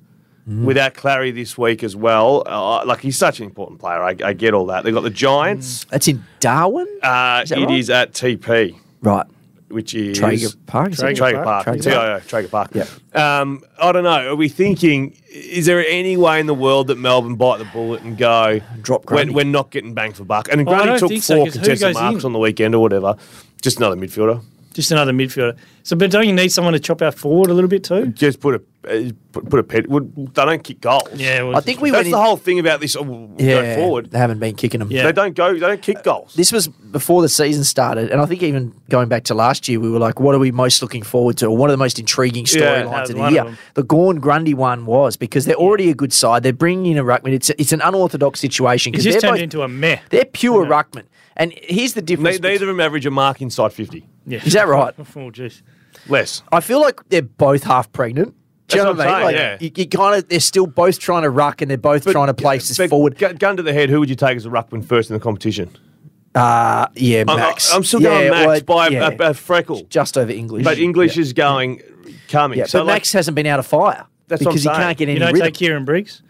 Speaker 2: Mm-hmm.
Speaker 3: Without Clary this week as well, uh, like he's such an important player. I, I get all that. They've got the Giants.
Speaker 2: That's in Darwin,
Speaker 3: Uh,
Speaker 2: Mm. Is
Speaker 3: it is
Speaker 2: that right?
Speaker 3: at TP,
Speaker 2: right?
Speaker 3: which is
Speaker 2: Traeger Park. is it?
Speaker 1: Traeger
Speaker 3: Traeger
Speaker 1: Park.
Speaker 3: Park.
Speaker 2: Traeger
Speaker 3: TIO, Traeger Park. Um, I don't know. Are we thinking, is there any way in the world that Melbourne bite the bullet and go,
Speaker 2: Drop
Speaker 3: we're,
Speaker 2: Grundy."
Speaker 3: we're not getting bang for buck? And
Speaker 1: Well, Oh, I don't
Speaker 3: Grundy took
Speaker 1: think so,
Speaker 3: four
Speaker 1: 'cause who
Speaker 3: contested
Speaker 1: goes
Speaker 3: marks
Speaker 1: in?
Speaker 3: on the weekend or whatever. Just another midfielder.
Speaker 1: Just another midfielder. So, but don't you need someone to chop out forward a little bit too?
Speaker 3: Just put a uh, put, put a pet. would- They don't kick goals.
Speaker 1: Yeah, well,
Speaker 2: I think we went
Speaker 3: That's the
Speaker 2: in-
Speaker 3: whole thing about this. Oh,
Speaker 2: Yeah,
Speaker 3: Go forward.
Speaker 2: They haven't been kicking them.
Speaker 1: Yeah.
Speaker 3: They don't go. They don't kick goals.
Speaker 2: This was before the season started, and I think even going back to last year, we were like, "What are we most looking forward to?" Or one of the most intriguing
Speaker 3: Yeah, that
Speaker 2: storylines
Speaker 1: was
Speaker 2: of the
Speaker 1: one of
Speaker 2: year.
Speaker 1: them.
Speaker 2: the Gorn Grundy one was because they're already a good side. They're bringing in a ruckman. It's it's an unorthodox situation
Speaker 1: It's
Speaker 2: because
Speaker 1: just
Speaker 2: they're
Speaker 1: turned
Speaker 2: both,
Speaker 1: into a meh.
Speaker 2: they're pure ruckman. And here's the difference.
Speaker 3: Ne- neither of them average a mark inside fifty.
Speaker 1: Yeah.
Speaker 2: Is that right?
Speaker 1: oh, jeez.
Speaker 3: Less.
Speaker 2: I feel like they're both half pregnant. Do you know
Speaker 3: That's
Speaker 2: what I
Speaker 3: what
Speaker 2: mean?
Speaker 3: I'm
Speaker 2: Like,
Speaker 3: saying, yeah.
Speaker 2: you, you kind of, they're still both trying to ruck and they're both trying to place this
Speaker 3: But
Speaker 2: forward.
Speaker 3: gu- Gun to the head, who would you take as a ruckman first in the competition?
Speaker 2: Uh, yeah,
Speaker 3: I'm-
Speaker 2: Max.
Speaker 3: I'm still
Speaker 2: Yeah,
Speaker 3: going Max
Speaker 2: well,
Speaker 3: by a-
Speaker 2: yeah.
Speaker 3: a, a freckle,
Speaker 2: just over English.
Speaker 3: but English
Speaker 2: Yeah.
Speaker 3: is going coming.
Speaker 2: Yeah,
Speaker 3: so
Speaker 2: but
Speaker 3: like,
Speaker 2: Max hasn't been out of fire
Speaker 3: That's what I'm
Speaker 2: because he
Speaker 3: saying.
Speaker 2: can't get
Speaker 3: You
Speaker 1: You
Speaker 2: any
Speaker 1: don't
Speaker 2: rhythm.
Speaker 1: take Kieran Briggs.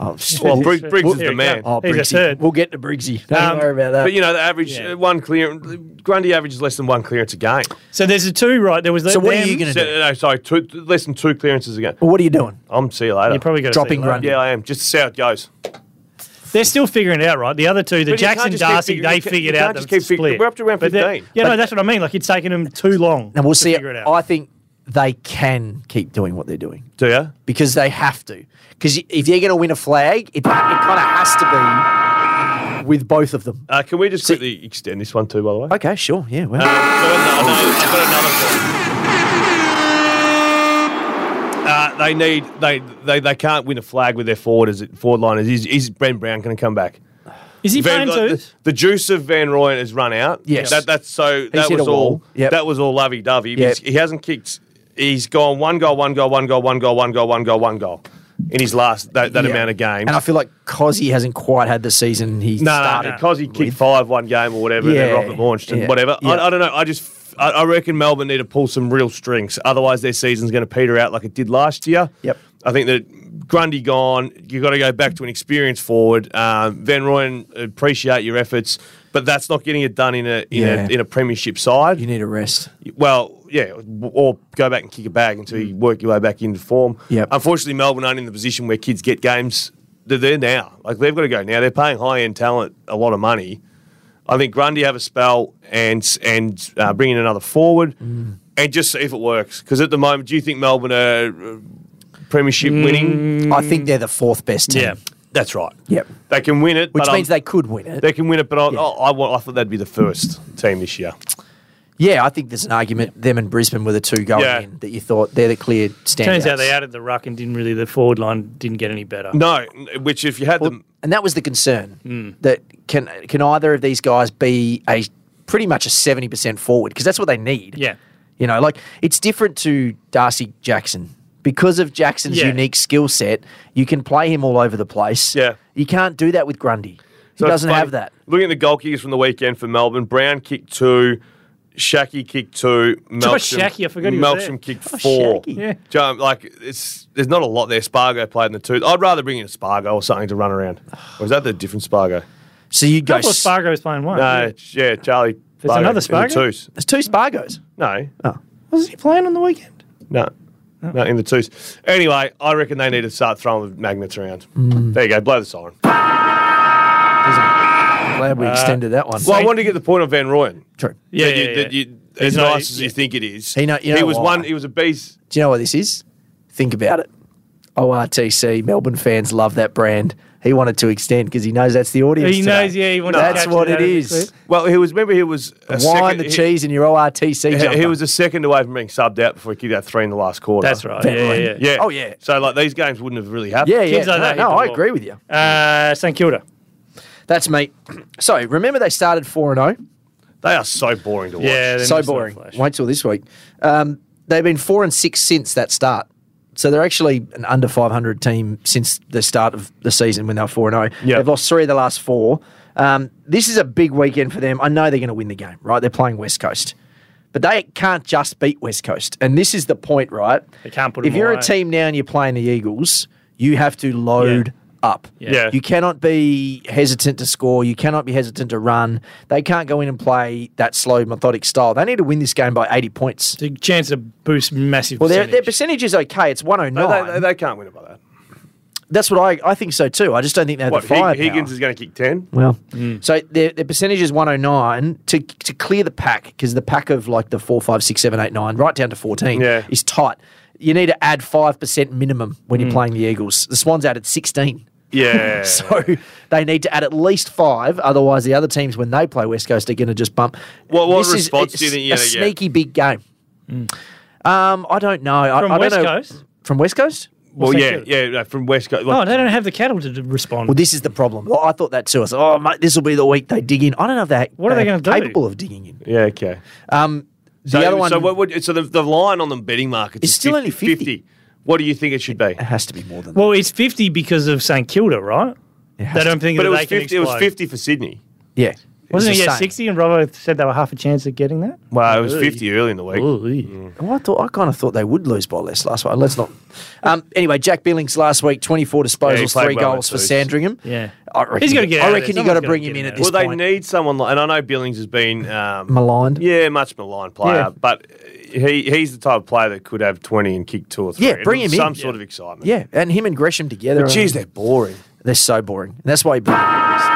Speaker 2: oh, sh-
Speaker 3: Well, Briggs, Briggs is
Speaker 1: Here
Speaker 3: the
Speaker 1: it
Speaker 3: man.
Speaker 1: comes.
Speaker 2: oh,
Speaker 1: He's a
Speaker 2: Briggsy.
Speaker 1: third.
Speaker 2: We'll get to Briggsy. Don't
Speaker 1: Um,
Speaker 2: worry about that.
Speaker 3: But you know, the average
Speaker 1: Yeah.
Speaker 3: uh, one clear Grundy averages less than one clearance a game.
Speaker 1: So there's a two, right? There was
Speaker 2: so what are
Speaker 1: them-
Speaker 2: you going
Speaker 3: So,
Speaker 2: to do?
Speaker 3: no, sorry, two, less than two clearances a game.
Speaker 2: What are you doing?
Speaker 3: I'm see you later.
Speaker 1: You probably got
Speaker 2: Dropping run.
Speaker 3: yeah, I am. Just to see how it goes.
Speaker 1: They're still figuring it out, right? The other two, the
Speaker 3: But you can't
Speaker 1: Jackson
Speaker 3: just keep
Speaker 1: Darcy,
Speaker 3: figuring-
Speaker 1: they
Speaker 3: you can't-
Speaker 1: figured
Speaker 3: you can't
Speaker 1: out the
Speaker 3: just keep fig-
Speaker 1: split.
Speaker 3: we're up to round
Speaker 1: But they're-
Speaker 3: 15.
Speaker 1: Yeah, no, that's what I mean. Like it's taken them too long.
Speaker 2: And we'll
Speaker 1: to
Speaker 2: see.
Speaker 1: Figure it out.
Speaker 2: I think they can keep doing what they're doing
Speaker 3: Do you?
Speaker 2: because they have to. Because if you're going to win a flag, it, it kind of has to be with both of them.
Speaker 3: Uh, can we just quickly extend this one too, by the way?
Speaker 2: Okay, sure. Yeah. Well.
Speaker 3: Uh, so I know- I've got another point. Uh, they need they, they they can't win a flag with their forward as forward liners. Is is Ben Brown going to come back?
Speaker 1: Is he
Speaker 3: Van-
Speaker 1: playing
Speaker 3: like,
Speaker 1: two?
Speaker 3: the, the juice of Van Royen has run out.
Speaker 2: Yes.
Speaker 3: that, that's so. That
Speaker 2: hit
Speaker 3: was
Speaker 2: a
Speaker 3: all.
Speaker 2: wall. Yep.
Speaker 3: That was all lovey dovey.
Speaker 2: Yep.
Speaker 3: He hasn't kicked. He's gone one goal, one goal, one goal, one goal, one goal, one goal, one goal in his last that, that
Speaker 2: Yeah.
Speaker 3: amount of games.
Speaker 2: And I feel like Cozzy hasn't quite had the season he
Speaker 3: no, no,
Speaker 2: started.
Speaker 3: no, because he kicked five one game or whatever, and
Speaker 2: Yeah.
Speaker 3: then rocket launched and
Speaker 2: Yeah.
Speaker 3: whatever.
Speaker 2: Yeah.
Speaker 3: I, I don't know. I just f- I, I reckon Melbourne need to pull some real strings, otherwise their season's going to peter out like it did last year.
Speaker 2: Yep.
Speaker 3: I think that Grundy gone. You got to go back to an experienced forward. Um, Van Rooyen, appreciate your efforts, but that's not getting it done in a in,
Speaker 2: Yeah.
Speaker 3: a, in a premiership side.
Speaker 2: You need a rest.
Speaker 3: Well, yeah, w- or go back and kick a bag until you work your way back into form.
Speaker 2: Mm. Yep.
Speaker 3: Unfortunately, Melbourne aren't in the position where kids get games. They're there now. Like they've got to go now. They're paying high end talent a lot of money. I think Grundy have a spell and and uh, bring in another forward
Speaker 2: Mm.
Speaker 3: and just see if it works. Because at the moment, do you think Melbourne are uh, premiership
Speaker 2: Mm.
Speaker 3: winning?
Speaker 2: I think they're the fourth best team.
Speaker 1: Yeah.
Speaker 3: That's right.
Speaker 2: Yep.
Speaker 3: They can win it,
Speaker 2: Which
Speaker 3: but, um,
Speaker 2: means they could win it.
Speaker 3: they can win it. But I, I, I, want, I thought they'd be the first team this year.
Speaker 2: Yeah, I think there's an argument. Them and Brisbane were the two going
Speaker 3: Yeah.
Speaker 2: in that you thought they're the clear standouts.
Speaker 1: Turns out they added the ruck and didn't really. The forward line didn't get any better.
Speaker 3: No, n- which if you had them.
Speaker 2: and that was the concern
Speaker 1: Hmm.
Speaker 2: that can can either of these guys be a pretty much a seventy percent forward because that's what they need.
Speaker 1: Yeah.
Speaker 2: you know, like it's different to Darcy Jackson because of Jackson's
Speaker 1: Yeah.
Speaker 2: unique skill set. You can play him all over the place.
Speaker 3: Yeah.
Speaker 2: you can't do that with Grundy. He
Speaker 3: So it's
Speaker 2: doesn't
Speaker 3: funny.
Speaker 2: have that.
Speaker 3: Looking at the goal kickers from the weekend for Melbourne, Brown kicked two, Shacky kicked two,
Speaker 1: Josh
Speaker 3: Melksham,
Speaker 1: Shackey, I forgot he was
Speaker 3: Melksham
Speaker 1: there.
Speaker 3: kicked
Speaker 2: Oh,
Speaker 3: four.
Speaker 2: Shackey.
Speaker 1: Yeah.
Speaker 3: Do you know, like it's there's not a lot there. Spargo played in the two. I'd rather bring in Spargo or something to run around. Or is that the different Spargo?
Speaker 2: So you go.
Speaker 1: I thought
Speaker 2: s-
Speaker 1: Spargo was playing one.
Speaker 3: No, it's- yeah, Charlie.
Speaker 1: There's another
Speaker 3: in the
Speaker 1: Spargo?
Speaker 3: twos.
Speaker 2: There's two Spargos.
Speaker 3: No,
Speaker 2: Oh.
Speaker 1: was he playing on the weekend?
Speaker 3: no.
Speaker 1: Oh.
Speaker 3: No, in the twos. Anyway, I reckon they need to start throwing magnets around.
Speaker 1: Mm.
Speaker 3: There you go, blow the siren. Well,
Speaker 2: Glad
Speaker 1: Uh,
Speaker 2: we extended that one.
Speaker 3: I wanted to get the point on Van Royen.
Speaker 2: True.
Speaker 1: Yeah,
Speaker 3: that you-
Speaker 1: yeah,
Speaker 3: that
Speaker 1: yeah.
Speaker 3: you- as
Speaker 1: not-
Speaker 3: nice as you think it is.
Speaker 2: He know- you
Speaker 3: he
Speaker 2: know
Speaker 3: was
Speaker 2: why.
Speaker 3: one. He was a beast.
Speaker 2: Do you know what this is? Think about it. ORTC, Melbourne fans love that brand. He wanted to extend because he knows that's the audience.
Speaker 1: He
Speaker 2: today.
Speaker 1: knows. Yeah, he wanted to
Speaker 2: That's
Speaker 1: catch
Speaker 2: what
Speaker 1: it
Speaker 2: it
Speaker 1: out of the
Speaker 2: is.
Speaker 1: clip.
Speaker 3: Well, he was. Remember, he was a
Speaker 2: The wine,
Speaker 3: second-
Speaker 2: the
Speaker 3: he-
Speaker 2: cheese, and your ORTC
Speaker 3: He,
Speaker 2: jumper.
Speaker 3: he was a second away from being subbed out before he kicked out three in the last quarter.
Speaker 1: That's right.
Speaker 2: Van
Speaker 1: Yeah,
Speaker 2: Ryn.
Speaker 1: yeah. yeah.
Speaker 3: Yeah.
Speaker 2: Oh, yeah.
Speaker 3: So like these games wouldn't have really happened.
Speaker 2: yeah, yeah.
Speaker 1: Kids like
Speaker 2: no,
Speaker 1: that
Speaker 2: no,
Speaker 1: hit the
Speaker 2: I
Speaker 1: ball.
Speaker 2: agree with you.
Speaker 1: Uh, St Kilda.
Speaker 2: That's me. So remember they started four and oh? zero.
Speaker 3: They are so boring to watch.
Speaker 1: Yeah, they're
Speaker 2: so
Speaker 1: just not
Speaker 2: boring.
Speaker 1: flash.
Speaker 2: Wait till this week. Um, they've been four and six since that start. So they're actually an under five hundred team since the start of the season when they were four and
Speaker 3: Yeah.
Speaker 2: zero. They've lost three of the last four. Um, this is a big weekend for them. I know they're going to win the game, right? They're playing West Coast, but they can't just beat West Coast. And this is the point, right?
Speaker 1: They can't put
Speaker 2: If
Speaker 1: them
Speaker 2: you're
Speaker 1: away.
Speaker 2: a team now and you're playing the Eagles, you have to load up.
Speaker 3: Yeah.
Speaker 2: You cannot be hesitant to score. You cannot be hesitant to run. They can't go in and play that slow, methodic style. They need to win this game by 80 points.
Speaker 1: The chance to boost massive.
Speaker 2: Well, their,
Speaker 1: percentage.
Speaker 2: their percentage is okay. It's
Speaker 3: No,
Speaker 2: 109.
Speaker 3: they, they, they can't win it by that.
Speaker 2: That's what I, I think so too. I just don't think they have
Speaker 3: What
Speaker 2: the firepower.
Speaker 3: Hig- Higgins is Mm. going to kick ten?
Speaker 2: Well, so their, their percentage is 109 to to clear the pack because the pack of like the four, five, six, seven, eight, nine, right down to 14
Speaker 3: Yeah.
Speaker 2: is tight. You need to add 5% minimum when
Speaker 3: Mm.
Speaker 2: you're playing the Eagles. The Swans added 16.
Speaker 3: Yeah.
Speaker 2: So they need to add at least five. Otherwise, the other teams, when they play West Coast, are going to just bump.
Speaker 3: What- what
Speaker 2: This is-
Speaker 3: response do you
Speaker 2: it's
Speaker 3: think
Speaker 2: a
Speaker 3: you're gonna get? Hmm.
Speaker 2: sneaky big game. Um, I don't know. I,
Speaker 1: From
Speaker 2: I don't
Speaker 1: West
Speaker 2: know.
Speaker 1: Coast?
Speaker 2: From West Coast?
Speaker 3: well,
Speaker 1: Well,
Speaker 3: yeah,
Speaker 1: thank
Speaker 3: yeah. no, From West Coast.
Speaker 1: Oh, they don't have the cattle to d- respond.
Speaker 2: Well, this is the problem. Well, I thought that too. I said, oh, mate, this will be the week they dig in. I don't know if they
Speaker 1: What are they
Speaker 2: they're
Speaker 1: gonna do?
Speaker 2: capable of digging in.
Speaker 3: yeah. Okay.
Speaker 2: Um, the
Speaker 3: So,
Speaker 2: other one,
Speaker 3: So what would? So the, the line on the betting markets
Speaker 2: It's
Speaker 3: is
Speaker 2: still only 50.
Speaker 3: fifty. What do you think it should be?
Speaker 2: It has to be more than
Speaker 1: Well, it's 50 because of St Kilda, right? They don't think
Speaker 3: But
Speaker 1: that
Speaker 3: it was
Speaker 1: they can
Speaker 3: 50, it was
Speaker 1: explode.
Speaker 3: 50 for Sydney.
Speaker 2: that. Yeah.
Speaker 1: Wasn't
Speaker 2: was
Speaker 1: it?
Speaker 2: the
Speaker 1: Yeah,
Speaker 2: same.
Speaker 1: 60, and Robbo said they were half a chance of getting that.
Speaker 3: Well, it was 50 early in the week.
Speaker 2: Well, I thought I kind of thought they would lose by less last week. Let's not. Um, anyway, Jack Billings last week, twenty-four
Speaker 3: he
Speaker 2: disposals,
Speaker 3: played
Speaker 2: three
Speaker 3: well
Speaker 2: goals
Speaker 3: at
Speaker 2: for
Speaker 3: twos.
Speaker 2: Sandringham.
Speaker 1: Yeah.
Speaker 2: I reckon
Speaker 1: He's gotta get
Speaker 2: I
Speaker 1: out of
Speaker 2: reckon
Speaker 1: there.
Speaker 2: you got to
Speaker 1: Someone's
Speaker 2: bring
Speaker 1: gotta
Speaker 2: him
Speaker 1: get
Speaker 2: in at
Speaker 1: out
Speaker 2: this
Speaker 3: Well, they
Speaker 2: point.
Speaker 3: need someone like, and I know Billings has been um,
Speaker 2: Maligned.
Speaker 3: Yeah, much maligned player,
Speaker 1: Yeah.
Speaker 3: but he he's the type of player that could have twenty and kick two or three.
Speaker 2: Yeah,
Speaker 3: and
Speaker 2: bring him in.
Speaker 3: Some sort of excitement.
Speaker 2: Yeah, and him and Gresham together.
Speaker 3: But geez,
Speaker 2: uh,
Speaker 3: they're boring.
Speaker 2: they're so boring. And that's why. He brought him in.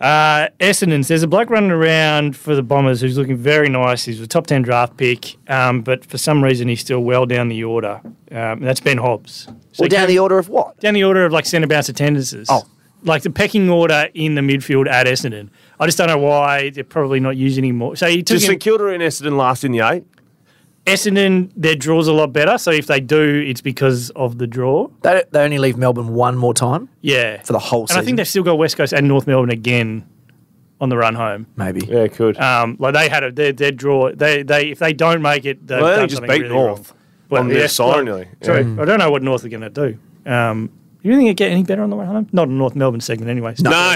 Speaker 1: Uh, Essendon, there's a bloke running around for the Bombers who's looking very nice. He's a top 10 draft pick, um, but for some reason he's still well down the order. Um, that's Ben Hobbs. So
Speaker 2: Well, down
Speaker 1: Cam-
Speaker 2: the order of what?
Speaker 1: down the order of like centre bounce attendances.
Speaker 2: Oh.
Speaker 1: Like the pecking order in the midfield at Essendon. I just don't know why they're probably not using him more. So he took
Speaker 3: Does
Speaker 1: him,
Speaker 3: St Kilda and Essendon last in the eight?
Speaker 1: Essendon, their draw's a lot better. So if they do, it's because of the draw.
Speaker 2: They, they only leave Melbourne one more time
Speaker 1: Yeah.
Speaker 2: for the whole
Speaker 1: and
Speaker 2: season.
Speaker 1: I think they've still got West Coast and North Melbourne again on the run home.
Speaker 2: maybe.
Speaker 3: Yeah, could.
Speaker 1: Um, like they had a their, their draw. They they if they don't make it, they've
Speaker 3: well, they
Speaker 1: done
Speaker 3: just
Speaker 1: something
Speaker 3: beat
Speaker 1: really
Speaker 3: North
Speaker 1: wrong. Well,
Speaker 3: on their
Speaker 1: yeah,
Speaker 3: side,
Speaker 1: well,
Speaker 3: nearly. Yeah.
Speaker 1: Sorry,
Speaker 2: Hmm.
Speaker 1: I don't know what North are going to do. Um, you think it get any better on the way home? Not a North Melbourne segment, anyway. so-
Speaker 3: No.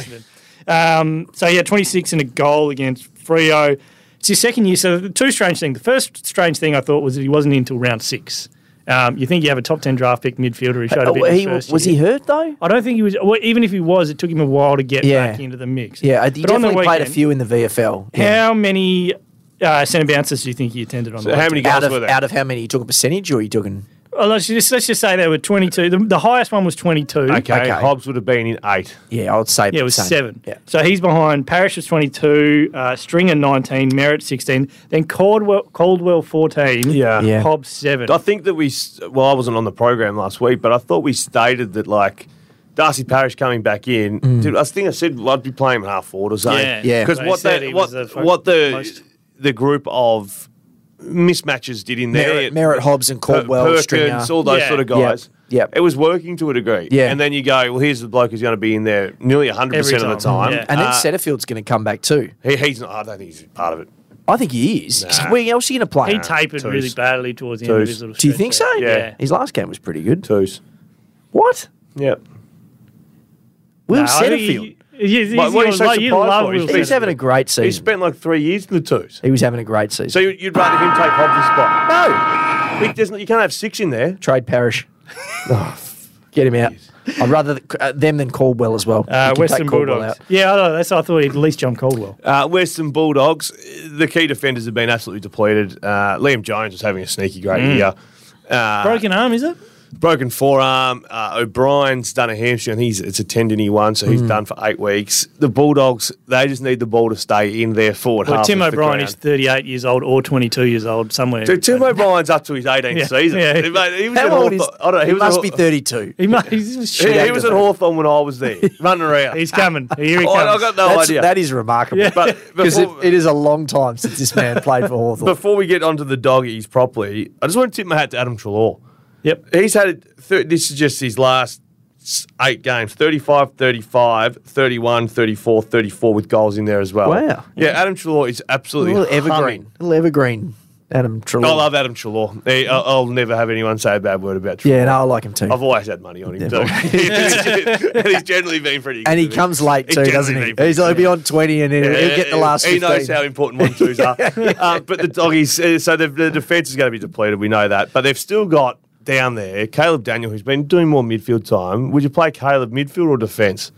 Speaker 1: Um, so yeah, twenty six and a goal against Frio. It's his second year. So the two strange things. The first strange thing I thought was that he wasn't in until round six. Um, you think you have a top ten draft pick midfielder who showed a
Speaker 2: Oh,
Speaker 1: bit in
Speaker 2: he,
Speaker 1: his first
Speaker 2: was
Speaker 1: year.
Speaker 2: he hurt though?
Speaker 1: I don't think he was. Well, even if he was, it took him a while to get
Speaker 2: Yeah.
Speaker 1: back into the mix.
Speaker 2: Yeah, uh, he
Speaker 1: But on the
Speaker 2: definitely played a
Speaker 1: weekend-
Speaker 2: few in the VFL. Yeah.
Speaker 1: how many uh, centre bounces do you think he attended on the
Speaker 3: how
Speaker 1: weekend?
Speaker 3: many
Speaker 2: Out
Speaker 3: goals
Speaker 2: of
Speaker 3: were there?
Speaker 2: out of how many? You took a percentage, or you took an?
Speaker 1: Well, let's, just, let's just say there were 22. The, the highest one was 22.
Speaker 3: okay,
Speaker 2: Okay.
Speaker 3: Hobbs would have been in eight.
Speaker 2: Yeah, I would say.
Speaker 1: Yeah, it was
Speaker 2: same.
Speaker 1: seven.
Speaker 2: Yeah.
Speaker 1: So he's behind. Parrish was 22, uh, Stringer 19, Merritt 16, then Caldwell, Caldwell 14,
Speaker 3: Yeah.
Speaker 2: Yeah.
Speaker 1: Hobbs 7.
Speaker 3: I think that we. s- Well, I wasn't on the program last week, but I thought we stated that like. Darcy Parish coming back in, dude. I think I said I'd be playing him half forward or something.
Speaker 1: Yeah.
Speaker 2: Mm. Yeah.
Speaker 3: Because
Speaker 1: They
Speaker 3: what
Speaker 1: said
Speaker 3: the
Speaker 1: he
Speaker 3: what,
Speaker 1: was the fucking
Speaker 3: what the
Speaker 1: most-
Speaker 3: the group of mismatches did in there,
Speaker 2: Merritt,
Speaker 3: it-
Speaker 2: Merritt Hobbs, and
Speaker 3: Per-
Speaker 2: Caldwell,
Speaker 3: Perkins,
Speaker 2: Stringer.
Speaker 3: all those
Speaker 1: Yeah.
Speaker 3: sort of
Speaker 2: Yeah.
Speaker 3: guys.
Speaker 2: Yep.
Speaker 3: It was working to a degree.
Speaker 2: Yeah.
Speaker 3: And then you go, well, here's the bloke who's going to be in there nearly 100%
Speaker 1: Every
Speaker 3: of the
Speaker 1: time,
Speaker 3: time.
Speaker 1: yeah.
Speaker 2: and then
Speaker 3: Uh,
Speaker 2: Setterfield's going to come back too.
Speaker 3: he, he's not, I don't think he's part of it.
Speaker 2: I think he is. 'cause
Speaker 3: Nah.
Speaker 2: Where else are you going to play?
Speaker 1: he tapered
Speaker 3: Toos.
Speaker 1: really badly towards the end of
Speaker 3: Toos.
Speaker 1: his little
Speaker 2: Do you
Speaker 1: stretch
Speaker 2: think so?
Speaker 1: there.
Speaker 3: Yeah.
Speaker 2: His last game was pretty good.
Speaker 3: Twos.
Speaker 2: What?
Speaker 3: Yep.
Speaker 2: Will
Speaker 1: No, I think
Speaker 2: Setterfield?
Speaker 1: he- he- he's-
Speaker 3: What- what are you
Speaker 1: he's
Speaker 3: so
Speaker 1: like, you
Speaker 3: surprised
Speaker 1: love
Speaker 3: for? He's
Speaker 1: Will
Speaker 3: been-
Speaker 2: He's having a
Speaker 1: Setterfield.
Speaker 2: great season.
Speaker 3: He spent like three years in the twos.
Speaker 2: he was having a great season.
Speaker 3: So you- you'd rather him take Hobbs' spot.
Speaker 2: no,
Speaker 3: He doesn't, you can't have six in there.
Speaker 2: trade Parish. Get him out. I'd rather th- uh, them than Caldwell as well. You
Speaker 1: uh,
Speaker 2: can
Speaker 1: Western
Speaker 2: take Caldwell
Speaker 1: Bulldogs.
Speaker 2: out.
Speaker 1: Yeah, I know, that's what I thought he'd at least John Caldwell.
Speaker 3: Uh, Western Bulldogs, the key defenders have been absolutely depleted. Uh, Liam Jones was having a sneaky great year. Uh,
Speaker 1: Broken arm, is it?
Speaker 3: broken forearm. Uh, O'Brien's done a hamstring. He's it's a tendon he won, so he's done for eight weeks. The Bulldogs they just need the ball to stay in their forward
Speaker 1: Well,
Speaker 3: half.
Speaker 1: Tim
Speaker 3: of the
Speaker 1: O'Brien
Speaker 3: ground.
Speaker 1: is 38 years old or 22 years old somewhere.
Speaker 3: Dude, Tim O'Brien's up to his 18th
Speaker 1: Yeah,
Speaker 3: season.
Speaker 1: yeah.
Speaker 3: He, mate, he was at
Speaker 2: How old
Speaker 3: Hawthorn-
Speaker 2: is?
Speaker 3: I don't know, he
Speaker 2: he
Speaker 3: was
Speaker 2: must
Speaker 3: at
Speaker 2: be
Speaker 3: Haw-
Speaker 2: thirty-two.
Speaker 1: He, mu- he's just
Speaker 3: He,
Speaker 1: shit.
Speaker 3: he was at Hawthorn when I was there, running around.
Speaker 1: He's coming. Here he
Speaker 3: Oh, I
Speaker 1: comes.
Speaker 3: got no
Speaker 2: That's-
Speaker 3: idea.
Speaker 2: That is remarkable.
Speaker 3: But
Speaker 2: Because
Speaker 3: before,
Speaker 2: it, it is a long time since this man played for Hawthorn.
Speaker 3: before we get onto the doggies properly, I just want to tip my hat to Adam Trelaw.
Speaker 1: Yep.
Speaker 3: He's had th- this is just his last s- eight games 35 35 31 34 34 with goals in there as well
Speaker 2: Wow.
Speaker 3: yeah adam trelaw is
Speaker 2: A
Speaker 3: absolutely
Speaker 2: little
Speaker 3: humming.
Speaker 2: evergreen. A little evergreen. Adam Trelaw.
Speaker 3: i love adam trelaw He- I- i'll never have anyone say a bad word about trelaw
Speaker 2: Yeah, no, I like him too.
Speaker 3: I've always had money on him, too. and he's generally been pretty.
Speaker 2: and he
Speaker 3: good.
Speaker 2: comes late
Speaker 3: He's
Speaker 2: too,
Speaker 3: generally
Speaker 2: doesn't he?
Speaker 3: been pretty
Speaker 2: He's like beyond twenty, and he'll, he'll get the last.
Speaker 3: He
Speaker 2: 15.
Speaker 3: knows how important one twos are. Uh, but the doggies, uh, so the, the defence is going to be depleted. We know that. But they've still got down there Caleb Daniel, who's been doing more midfield time. Would you play Caleb midfield or defence?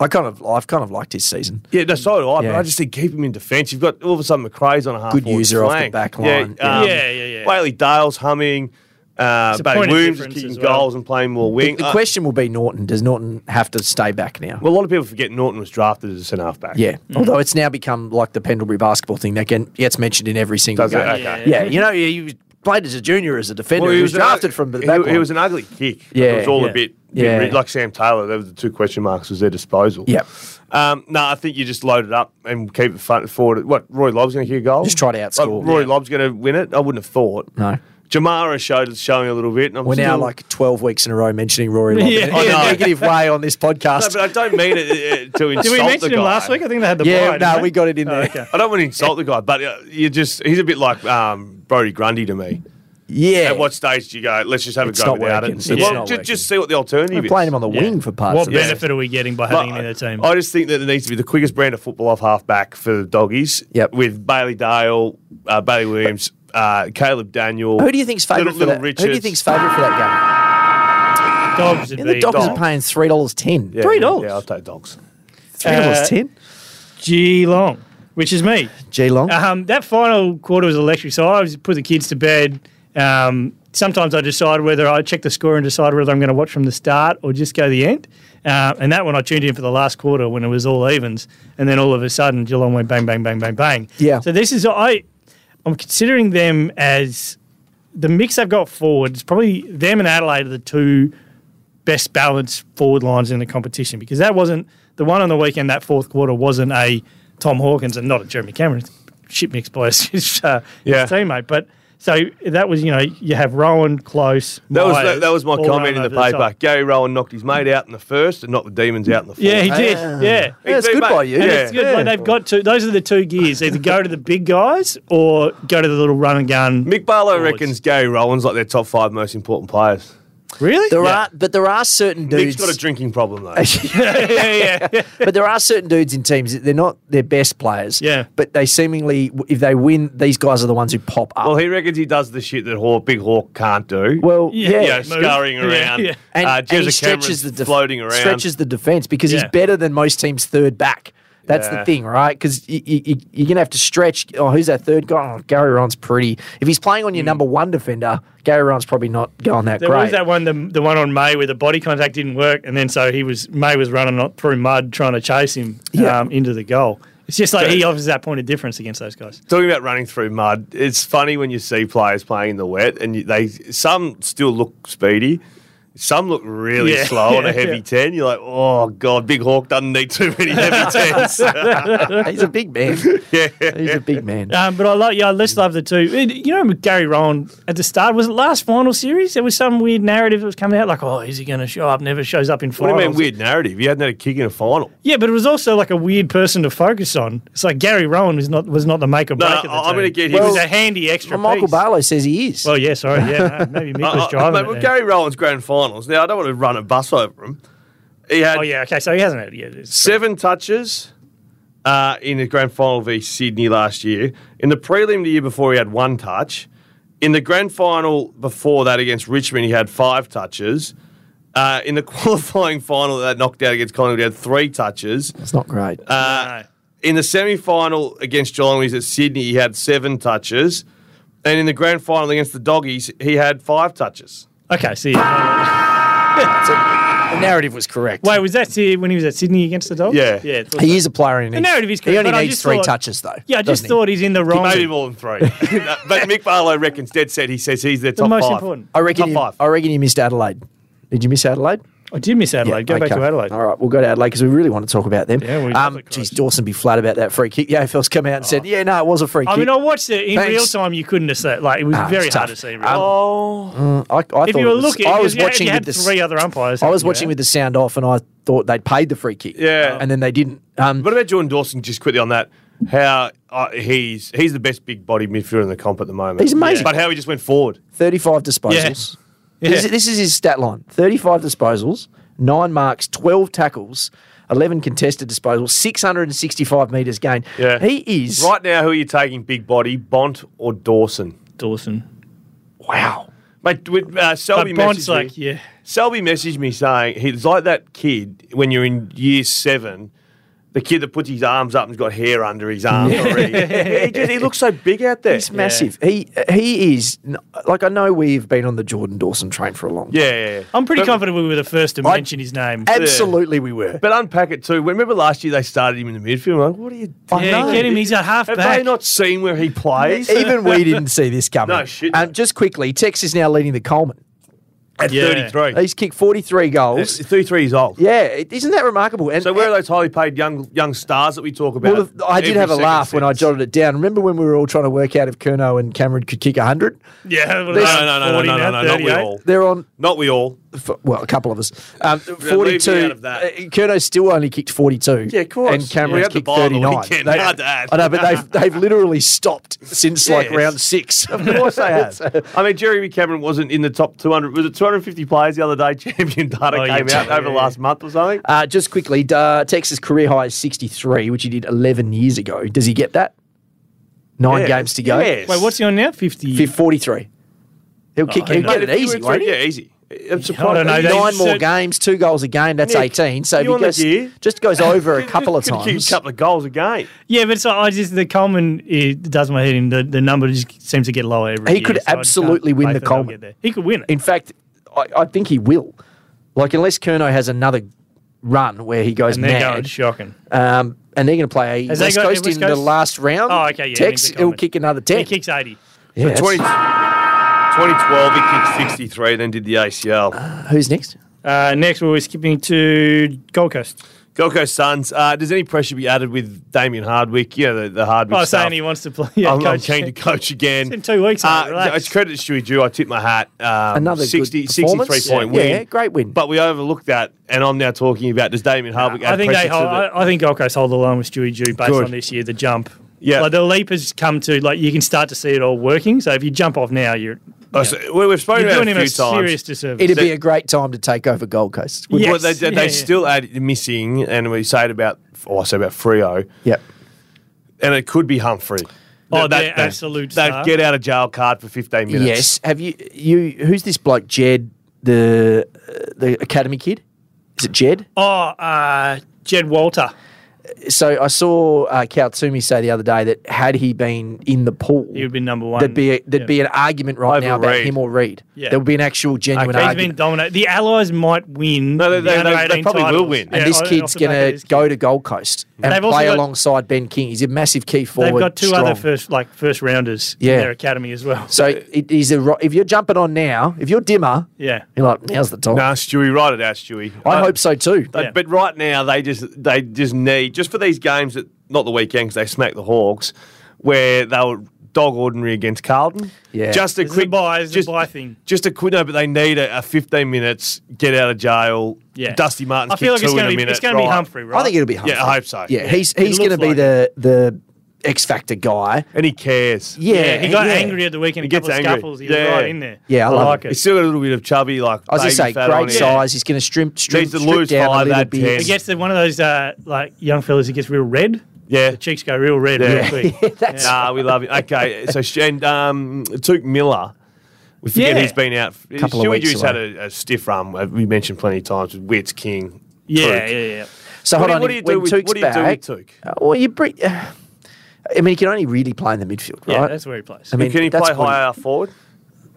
Speaker 2: I kind of, I've kind of liked his season.
Speaker 3: Yeah, no, so do I. But
Speaker 2: Yeah.
Speaker 3: I just think keep him in defence. You've got all of a sudden McRae's on a half
Speaker 2: Good
Speaker 3: forward
Speaker 2: user off the
Speaker 3: flank.
Speaker 2: back line.
Speaker 3: Yeah, um,
Speaker 1: Yeah, yeah, yeah.
Speaker 3: Whaley Dale's humming. Uh,
Speaker 1: a
Speaker 3: Bailey
Speaker 1: point of
Speaker 3: Williams is
Speaker 1: difference
Speaker 3: kicking
Speaker 1: as well.
Speaker 3: goals and playing more wing.
Speaker 2: The
Speaker 3: Uh,
Speaker 2: question will be Norton. Does Norton have to stay back now?
Speaker 3: well, mm. a lot of people forget Norton was drafted as a centre half back.
Speaker 2: yeah. Although it's now become like the Pendlebury basketball thing that can, gets mentioned in every single
Speaker 3: Does it?
Speaker 2: game.
Speaker 3: Okay.
Speaker 2: Yeah. you know, he was- played as a junior, as a defender.
Speaker 3: Well,
Speaker 2: he, was
Speaker 3: an
Speaker 2: drafted
Speaker 3: ugly-
Speaker 2: from the
Speaker 3: he-
Speaker 2: back.
Speaker 3: He,
Speaker 2: line.
Speaker 3: was an ugly kick.
Speaker 2: Yeah,
Speaker 3: it was all
Speaker 1: yeah.
Speaker 3: a bit,
Speaker 2: Yeah.
Speaker 3: bit ri- like Sam Taylor. They were the two question marks was their disposal.
Speaker 2: Yep.
Speaker 3: Um, no, I think you just load it up and keep it front forward. What Roy Lobb's going to kick a goal?
Speaker 2: Just try to outscore.
Speaker 3: Like, Roy
Speaker 2: Yeah.
Speaker 3: Lobb's going to win it. I wouldn't have thought.
Speaker 2: No.
Speaker 3: Jamara showed is showing a little bit. And I'm
Speaker 2: We're now
Speaker 3: still-
Speaker 2: like twelve weeks in a row mentioning Rory Lobb
Speaker 1: Yeah.
Speaker 2: in,
Speaker 1: I
Speaker 2: a
Speaker 3: know.
Speaker 2: negative way on this
Speaker 3: No,
Speaker 2: podcast.
Speaker 3: but I don't mean it uh, to insult
Speaker 1: Did we
Speaker 3: the
Speaker 1: mention
Speaker 3: guy.
Speaker 1: him last week? I think they had the
Speaker 2: yeah,
Speaker 1: bride,
Speaker 2: no,
Speaker 1: didn't
Speaker 2: we
Speaker 1: they?
Speaker 2: got
Speaker 3: Oh,
Speaker 2: it in there.
Speaker 1: okay.
Speaker 3: I don't want to insult the guy, but uh, you just—he's a bit like um, Brody Grundy to me.
Speaker 2: Yeah.
Speaker 3: At what stage do you go? Let's just have
Speaker 2: It's
Speaker 3: a go
Speaker 2: not
Speaker 3: without
Speaker 2: working.
Speaker 3: it. And see.
Speaker 2: It's
Speaker 3: Well,
Speaker 2: not
Speaker 3: ju-
Speaker 2: working.
Speaker 3: just see what the alternative
Speaker 2: We're
Speaker 3: is.
Speaker 2: playing him on the
Speaker 1: Yeah.
Speaker 2: wing for parts
Speaker 1: What
Speaker 2: of it.
Speaker 1: benefit are we getting by having him in the
Speaker 3: But
Speaker 1: team?
Speaker 3: I just think that there needs to be the quickest brand of football off halfback for the doggies.
Speaker 2: Yep.
Speaker 3: With Bailey Dale, uh, Bailey Williams, uh, Caleb Daniel.
Speaker 2: Who do you think's favourite for
Speaker 3: Little- Little
Speaker 2: that?
Speaker 3: Richards.
Speaker 2: Who do you think's favourite for that
Speaker 1: Dogs would
Speaker 2: game? And
Speaker 1: be
Speaker 2: the Dockers
Speaker 3: Dog.
Speaker 2: are paying three dollars ten.
Speaker 3: Yeah,
Speaker 2: Three
Speaker 3: yeah,
Speaker 2: dollars.
Speaker 3: Yeah, Uh, I'll take dogs.
Speaker 2: Three dollars ten.
Speaker 1: Geelong, which is me.
Speaker 2: Geelong.
Speaker 1: Um, that final quarter was electric. So I was put the kids to bed. Um, sometimes I decide whether I check the score and decide whether I'm going to watch from the start or just go the end. Uh, and that one I tuned in for the last quarter when it was all evens, and then all of a sudden Geelong went bang, bang, bang, bang, bang.
Speaker 2: Yeah.
Speaker 1: So this is I, I'm considering them as the mix they've got forward. It's probably them and Adelaide are the two best balanced forward lines in the competition because that wasn't the one on the weekend. That fourth quarter wasn't a Tom Hawkins and not a Jeremy Cameron shit mix by his, his, uh,
Speaker 3: Yeah.
Speaker 1: his teammate. But so that was you know you have Rowan close.
Speaker 3: That was
Speaker 1: Myers,
Speaker 3: that, that was my
Speaker 1: all
Speaker 3: comment in
Speaker 1: running
Speaker 3: the
Speaker 1: over top.
Speaker 3: paper. Gary Rowan knocked his mate out in the first and knocked the demons out in the fourth.
Speaker 1: Yeah, he did. Yeah.
Speaker 2: Ah. Yeah, it's
Speaker 3: He's
Speaker 2: good
Speaker 3: been
Speaker 2: by
Speaker 3: back.
Speaker 2: you.
Speaker 1: And
Speaker 3: Yeah.
Speaker 1: it's good. Like
Speaker 2: Yeah.
Speaker 1: they've got to. Those are the two gears: either go to the big guys or go to the little run and gun.
Speaker 3: Mick Barlow
Speaker 1: Forwards.
Speaker 3: reckons Gary Rowan's like their top five most important players.
Speaker 1: Really?
Speaker 2: There
Speaker 1: yeah.
Speaker 2: are, but there are certain dudes.
Speaker 3: Mick's got a drinking problem though.
Speaker 1: yeah, yeah.
Speaker 2: but there are certain dudes in teams. that They're not their best players.
Speaker 1: Yeah.
Speaker 2: But they seemingly, if they win, these guys are the ones who pop up.
Speaker 3: well,
Speaker 2: Well,
Speaker 3: he reckons he does the shit that Hawk, Big Hawk can't do.
Speaker 1: Yeah.
Speaker 2: yeah.
Speaker 3: you know,
Speaker 1: move.
Speaker 3: scurrying
Speaker 1: Yeah,
Speaker 3: around.
Speaker 1: yeah.
Speaker 2: And,
Speaker 3: uh,
Speaker 2: and
Speaker 3: Jezza
Speaker 2: he stretches the
Speaker 3: Cameron's
Speaker 2: def-
Speaker 3: floating around.
Speaker 2: Stretches the defense because
Speaker 1: Yeah.
Speaker 2: he's better than most teams' third back. That's
Speaker 3: Yeah.
Speaker 2: the thing, right? Because you, you, you're going to have to stretch. Oh, who's that third guy? Oh, Gary Ron's pretty. If he's playing on your
Speaker 1: Hmm.
Speaker 2: number one defender, Gary Ron's probably not going that
Speaker 1: There
Speaker 2: great.
Speaker 1: was that one, the, the one on May, where the body contact didn't work, and then so he was May was running on- through mud trying to chase him
Speaker 2: Yeah.
Speaker 1: um, into the goal. It's just like he offers that point of difference against those guys.
Speaker 3: Talking about running through mud, it's funny when you see players playing in the wet, and you, they some still look speedy, some look really
Speaker 1: Yeah,
Speaker 3: slow on
Speaker 1: yeah,
Speaker 3: a heavy
Speaker 1: yeah.
Speaker 3: ten. You're like, oh god, Big Hawk doesn't need too many heavy tens.
Speaker 2: Uh, he's a big man. He's a big man.
Speaker 1: Um, but I love, yeah, I just love the two. You know, with Gary Rowan at the start was it last final series? There was some weird narrative that was coming out, like, oh, is he going to show up? Never shows up in
Speaker 3: what do
Speaker 1: finals.
Speaker 3: you mean weird narrative? You hadn't had a kick in a final.
Speaker 1: Yeah, but it was also like a weird person to focus on. It's like Gary Rowan was not was not the make or
Speaker 3: No,
Speaker 1: break. of the
Speaker 3: I- I'm
Speaker 1: team.
Speaker 3: gonna get
Speaker 1: He
Speaker 3: him-
Speaker 1: was a handy extra
Speaker 2: Well, Michael
Speaker 1: piece.
Speaker 2: Barlow says he is.
Speaker 1: Well, yeah, sorry, yeah, no, maybe Mick
Speaker 3: Uh,
Speaker 1: was
Speaker 3: uh,
Speaker 1: driving.
Speaker 3: mate,
Speaker 1: it
Speaker 3: with
Speaker 1: then.
Speaker 3: Gary Rowan's grand finals. Now I don't want to run a bus over him. He had
Speaker 1: Oh yeah, okay, so he hasn't had it yet. It's-
Speaker 3: seven touches uh, in the grand final v Sydney last year. In the prelim the year before, he had one touch. In the grand final before that against Richmond, he had five touches. Uh, in the qualifying final that knocked out against Collingwood, he had three touches.
Speaker 2: it's not great.
Speaker 3: Uh,
Speaker 1: No.
Speaker 3: In the semi final against Geelong, when he was at Sydney, he had seven touches. And in the grand final against the Doggies, he had five touches.
Speaker 1: Okay, see. ya.
Speaker 2: the narrative was correct.
Speaker 1: Wait, was that Sy- when he was at Sydney against the Dogs?
Speaker 3: Yeah.
Speaker 1: yeah. I thought
Speaker 2: he
Speaker 1: so.
Speaker 2: is a player in
Speaker 1: The narrative is
Speaker 2: He
Speaker 1: correct.
Speaker 2: only
Speaker 1: but I
Speaker 2: needs
Speaker 1: just
Speaker 2: three
Speaker 1: thought-
Speaker 2: touches though.
Speaker 1: Yeah, I just
Speaker 2: doesn't he?
Speaker 1: thought he's in the wrong.
Speaker 3: Maybe more than three. No, but Mick Barlow reckons dead set. He says he's their
Speaker 1: the
Speaker 3: top
Speaker 1: most
Speaker 3: five.
Speaker 1: important.
Speaker 2: I reckon.
Speaker 3: Top
Speaker 2: he-
Speaker 3: five.
Speaker 2: I reckon he missed Adelaide. Did you miss Adelaide?
Speaker 1: I Oh, did miss Adelaide. Go back
Speaker 2: okay.
Speaker 1: to Adelaide.
Speaker 2: All right, we'll go to Adelaide because we really want to talk about them.
Speaker 1: Yeah, we-
Speaker 2: um, geez, Dawson be flat about that free kick. The AFL's come out and said, "Yeah, no, it was a free
Speaker 1: Oh. I
Speaker 2: kick."
Speaker 1: mean, I watched it in
Speaker 2: Thanks.
Speaker 1: real time. You couldn't have said like it was
Speaker 2: Ah,
Speaker 1: very
Speaker 2: it's
Speaker 1: hard
Speaker 2: tough.
Speaker 1: to see. Really.
Speaker 3: Oh,
Speaker 2: Mm, I, I thought
Speaker 1: if
Speaker 2: it
Speaker 1: you were
Speaker 2: was-
Speaker 1: looking,
Speaker 2: I
Speaker 1: because
Speaker 2: was
Speaker 1: you had-
Speaker 2: watching
Speaker 1: you
Speaker 2: with
Speaker 1: had
Speaker 2: this.
Speaker 1: three other umpires.
Speaker 2: I was
Speaker 1: Yeah.
Speaker 2: watching with the sound off, and I thought they paid the free kick.
Speaker 3: Yeah.
Speaker 2: and then they didn't. Um,
Speaker 3: what about Jordan Dawson? Just quickly on that, how uh, he's he's the best big body midfielder in the comp at the moment.
Speaker 2: He's amazing.
Speaker 3: but how he just went forward.
Speaker 2: Thirty-five disposals.
Speaker 1: Yeah.
Speaker 2: This, is- this is his stat line: thirty-five disposals, nine marks, twelve tackles, eleven contested disposals, six hundred and sixty-five meters gained.
Speaker 3: Yeah.
Speaker 2: he is
Speaker 3: Right now, who are you taking, big body, Bont or Dawson?
Speaker 1: Dawson.
Speaker 2: Wow.
Speaker 3: Mate, with, uh, Selby
Speaker 1: But Bond's
Speaker 3: messaged
Speaker 1: like,
Speaker 3: me.
Speaker 1: yeah.
Speaker 3: Selby messaged me saying he's like that kid when you're in year seven. The kid that puts his arms up and's got hair under his arms already. he, just, he looks so big out there.
Speaker 2: He's massive. He he is like I know we've been on the Jordan Dawson train for a long. time.
Speaker 3: Yeah, yeah, yeah.
Speaker 1: I'm pretty
Speaker 3: But-
Speaker 1: confident we were the first to mention his name.
Speaker 2: Absolutely, we were.
Speaker 3: But unpack it too. Remember last year they started him in the midfield. I'm like, what are you doing?
Speaker 1: yeah, get him. He's a
Speaker 3: Have
Speaker 1: halfback.
Speaker 3: they not seen where he plays?
Speaker 2: Even we didn't see this coming.
Speaker 3: uh, No, shit.
Speaker 2: Um, just quickly, Tex is now leading the Coleman.
Speaker 3: At
Speaker 1: Yeah.
Speaker 3: 33.
Speaker 2: He's kicked 43 goals.
Speaker 3: 33 years old.
Speaker 2: Yeah, it- isn't that remarkable? And,
Speaker 3: So where are those highly paid young young stars that we talk about?
Speaker 2: Well, the- I did
Speaker 3: every
Speaker 2: have a
Speaker 3: second
Speaker 2: laugh when I
Speaker 3: sentence?
Speaker 2: jotted it down. Remember when we were all trying to work out if Kerno and Cameron could kick 100?
Speaker 1: Yeah.
Speaker 3: No, no, no, no, no, no, no, not we all.
Speaker 2: They're on
Speaker 3: Not we all.
Speaker 2: for, well, a couple of us. Um,
Speaker 3: Yeah, leave me
Speaker 2: 42.
Speaker 3: out of that.
Speaker 2: uh, Curto still only kicked 42.
Speaker 3: Yeah, of course.
Speaker 2: And
Speaker 3: We
Speaker 2: Cameron's
Speaker 3: had the
Speaker 2: kicked
Speaker 3: bye on the
Speaker 2: 39.
Speaker 3: weekend. Hard to add.
Speaker 2: I know, but they've, they've literally stopped since like
Speaker 3: Yes.
Speaker 2: round six.
Speaker 3: Of course they have. I mean, Jeremy Cameron wasn't in the top 200. Was it 250 players the other day? Champion data
Speaker 1: Oh, yeah,
Speaker 3: came out
Speaker 1: yeah,
Speaker 3: over the last month or something.
Speaker 2: Uh, just quickly, uh, Texas career high is 63, which he did 11 years ago. Does he get that? Nine
Speaker 3: Yeah.
Speaker 2: games to go.
Speaker 3: Yes.
Speaker 1: Wait, what's he on now? 50.
Speaker 2: Fif- 43. He'll kick.
Speaker 1: I
Speaker 2: He'll
Speaker 1: know.
Speaker 2: get
Speaker 3: If
Speaker 2: it
Speaker 3: he
Speaker 2: easy,
Speaker 3: went
Speaker 2: won't
Speaker 3: through-
Speaker 2: he?
Speaker 3: Yeah, easy. I'm surprised.
Speaker 1: I don't know.
Speaker 3: He
Speaker 1: They
Speaker 2: Nine more
Speaker 1: said-
Speaker 2: games, two goals a game. That's
Speaker 3: Nick,
Speaker 2: 18. So if
Speaker 3: you
Speaker 2: he
Speaker 3: on the
Speaker 2: goes,
Speaker 3: gear?
Speaker 2: just goes over a couple of
Speaker 3: could kick
Speaker 2: times.
Speaker 3: a couple of goals a game.
Speaker 1: Yeah, but so I just the Coleman it does my head in. The, the number just seems to get lower every
Speaker 2: He
Speaker 1: year,
Speaker 2: could
Speaker 1: so I just can't
Speaker 2: absolutely win
Speaker 1: faith
Speaker 2: the
Speaker 1: that they'll
Speaker 2: Coleman.
Speaker 1: get there. He could win it.
Speaker 2: In fact, I, I think he will. Like unless Kerno has another run where he goes
Speaker 1: and they're going
Speaker 2: mad,
Speaker 1: shocking.
Speaker 2: um, and they're going to play
Speaker 1: Has they
Speaker 2: West
Speaker 1: got-
Speaker 2: Coast
Speaker 1: West
Speaker 2: in the
Speaker 1: Coast?
Speaker 2: last round.
Speaker 1: Oh, okay, yeah,
Speaker 2: Tex,
Speaker 1: he means
Speaker 2: he'll
Speaker 1: they're
Speaker 2: kick another
Speaker 1: He
Speaker 2: ten.
Speaker 1: kicks 80.
Speaker 2: Yeah, that's-
Speaker 3: 20, 2012, he kicked 63, then did the ACL.
Speaker 2: Who's next?
Speaker 1: Uh, next, we're skipping to Gold Coast.
Speaker 3: Gold Coast Suns. Uh, does any pressure be added with Damien Hardwick? Yeah, the, the Hardwick
Speaker 1: Oh, I was
Speaker 3: stuff.
Speaker 1: saying he wants to play. Yeah,
Speaker 3: I'm, I'm
Speaker 1: coach.
Speaker 3: keen to coach again.
Speaker 1: It's in two weeks, mate,
Speaker 3: Uh,
Speaker 1: relax.
Speaker 3: it's credit to Stewie Jew. I tip my hat.
Speaker 2: Another
Speaker 3: Um, Another
Speaker 2: good
Speaker 3: 60,
Speaker 2: performance.
Speaker 3: 63 point
Speaker 2: Yeah,
Speaker 3: win.
Speaker 2: yeah, great win.
Speaker 3: But we overlooked that, and I'm now talking about does Damien Hardwick add
Speaker 1: I think
Speaker 3: pressure
Speaker 1: they hold,
Speaker 3: to the...
Speaker 1: I, I think Gold Coast hold the line with Stewie Jew based
Speaker 3: Good.
Speaker 1: on this year, the jump.
Speaker 3: Yeah.
Speaker 1: Like the leap has come to, like, you can start to see it all working. So if you jump off now, you're,
Speaker 3: Oh, so we- we've spoken
Speaker 1: you're
Speaker 3: about
Speaker 1: doing
Speaker 3: it a
Speaker 1: him
Speaker 3: few
Speaker 1: a
Speaker 3: times.
Speaker 1: serious disservice.
Speaker 2: It'd be a great time to take over Gold Coast.
Speaker 1: Yeah.
Speaker 3: Well, they
Speaker 1: Yes.
Speaker 3: they,
Speaker 1: Yeah,
Speaker 3: they
Speaker 1: yeah.
Speaker 3: still add missing, and we say it about, oh, I say about Frio,
Speaker 2: Yep.
Speaker 3: and it could be Humphrey.
Speaker 1: Oh,
Speaker 3: That-
Speaker 1: they're
Speaker 3: that-
Speaker 1: absolute
Speaker 3: That
Speaker 1: star.
Speaker 3: get out of jail card for 15 minutes.
Speaker 2: Yes. Have you you who's this bloke Jed the uh, the academy kid? Is it Jed?
Speaker 1: oh, uh, Jed Walter.
Speaker 2: So I saw uh, Kawtsumi say the other day that had he been in the pool,
Speaker 1: He would be number one.
Speaker 2: there'd be a, there'd
Speaker 1: Yeah.
Speaker 2: be an argument right
Speaker 3: Over
Speaker 2: now about
Speaker 3: Reid.
Speaker 2: him or Reed.
Speaker 1: Yeah.
Speaker 2: There would be an actual genuine
Speaker 1: He's been
Speaker 2: argument.
Speaker 1: dominated. The Allies might win.
Speaker 3: No, they-
Speaker 1: the
Speaker 3: they-
Speaker 1: under
Speaker 3: they- they
Speaker 1: 18
Speaker 3: probably will
Speaker 1: titles.
Speaker 3: win.
Speaker 1: Yeah,
Speaker 2: and this
Speaker 1: off- off
Speaker 2: kid's
Speaker 1: the back
Speaker 2: going
Speaker 1: of
Speaker 2: to
Speaker 1: this kid.
Speaker 2: go to Gold Coast and
Speaker 1: They've also
Speaker 2: play
Speaker 1: got-
Speaker 2: alongside Ben King. He's a massive key forward.
Speaker 1: They've got two
Speaker 2: strong.
Speaker 1: other first like first rounders
Speaker 2: Yeah.
Speaker 1: in their academy as well.
Speaker 2: So it, he's a, ro- if you're jumping on now, if you're dimmer,
Speaker 1: Yeah.
Speaker 2: you're like, now's the time.
Speaker 3: Nah, Stewie, write it out, Stewie. Uh,
Speaker 2: I hope so too.
Speaker 3: They-
Speaker 1: Yeah.
Speaker 3: But right now, they just they just need just for these games that not the weekends they smack the Hawks, where they were dog ordinary against Carlton.
Speaker 2: Yeah.
Speaker 3: just a
Speaker 1: It's a
Speaker 3: quick
Speaker 1: buy, it's a
Speaker 3: just
Speaker 1: buy thing.
Speaker 3: Just a quick no, but they need a, a fifteen minutes get out of jail.
Speaker 1: Yeah.
Speaker 3: Dusty Martin.
Speaker 1: I feel like
Speaker 3: two
Speaker 1: it's
Speaker 3: in
Speaker 1: going
Speaker 3: a
Speaker 1: to be
Speaker 3: minute.
Speaker 1: it's going to be
Speaker 3: right.
Speaker 1: Humphrey, right?
Speaker 2: I think it'll be Humphrey.
Speaker 3: Yeah, I hope so.
Speaker 2: Yeah, he's
Speaker 1: It
Speaker 2: he's
Speaker 1: looks
Speaker 2: going to be
Speaker 1: like
Speaker 2: the the X Factor guy.
Speaker 3: and he cares.
Speaker 2: Yeah,
Speaker 1: Yeah, he got
Speaker 2: yeah.
Speaker 1: angry at the weekend.
Speaker 3: He
Speaker 1: He
Speaker 3: gets
Speaker 1: gets couple of scuffles.
Speaker 3: angry.
Speaker 1: He was
Speaker 3: Yeah.
Speaker 1: right in there.
Speaker 2: Yeah, I love
Speaker 1: like
Speaker 3: He's
Speaker 1: it.
Speaker 3: still got a little bit of chubby, like
Speaker 2: I was
Speaker 3: baby
Speaker 2: just say,
Speaker 3: fat on
Speaker 2: great
Speaker 3: him.
Speaker 2: size. He's going to strimp, strimp,
Speaker 3: Needs to
Speaker 2: strip
Speaker 3: lose
Speaker 2: down
Speaker 3: five,
Speaker 2: a little
Speaker 3: add
Speaker 2: bit.
Speaker 1: He gets the, one of those uh, like young fellas who gets real red.
Speaker 3: Yeah.
Speaker 1: the cheeks go real red.
Speaker 3: Yeah.
Speaker 1: Real quick.
Speaker 2: That's
Speaker 3: Nah, we love him. Okay, so Sh- and um, Tuke Miller, we forget
Speaker 1: Yeah.
Speaker 3: he's been out.
Speaker 2: Couple of
Speaker 3: Stewie
Speaker 2: weeks
Speaker 3: Dew's
Speaker 2: away.
Speaker 3: had a, a stiff run. uh, We mentioned plenty of times with Wits King.
Speaker 1: yeah, yeah,
Speaker 3: Tuke.
Speaker 1: yeah.
Speaker 2: so. Hold
Speaker 3: What do-
Speaker 2: on.
Speaker 3: what do you do
Speaker 2: when
Speaker 3: with-
Speaker 2: Tuke's
Speaker 3: what do you do
Speaker 2: back,
Speaker 3: with Tuke?
Speaker 2: uh, well, you bring. Uh, I mean, he can only really play in the midfield,
Speaker 1: Yeah,
Speaker 2: right?
Speaker 1: that's where he plays.
Speaker 2: I mean,
Speaker 3: Can he
Speaker 2: that's
Speaker 3: play
Speaker 2: what he-
Speaker 3: higher forward?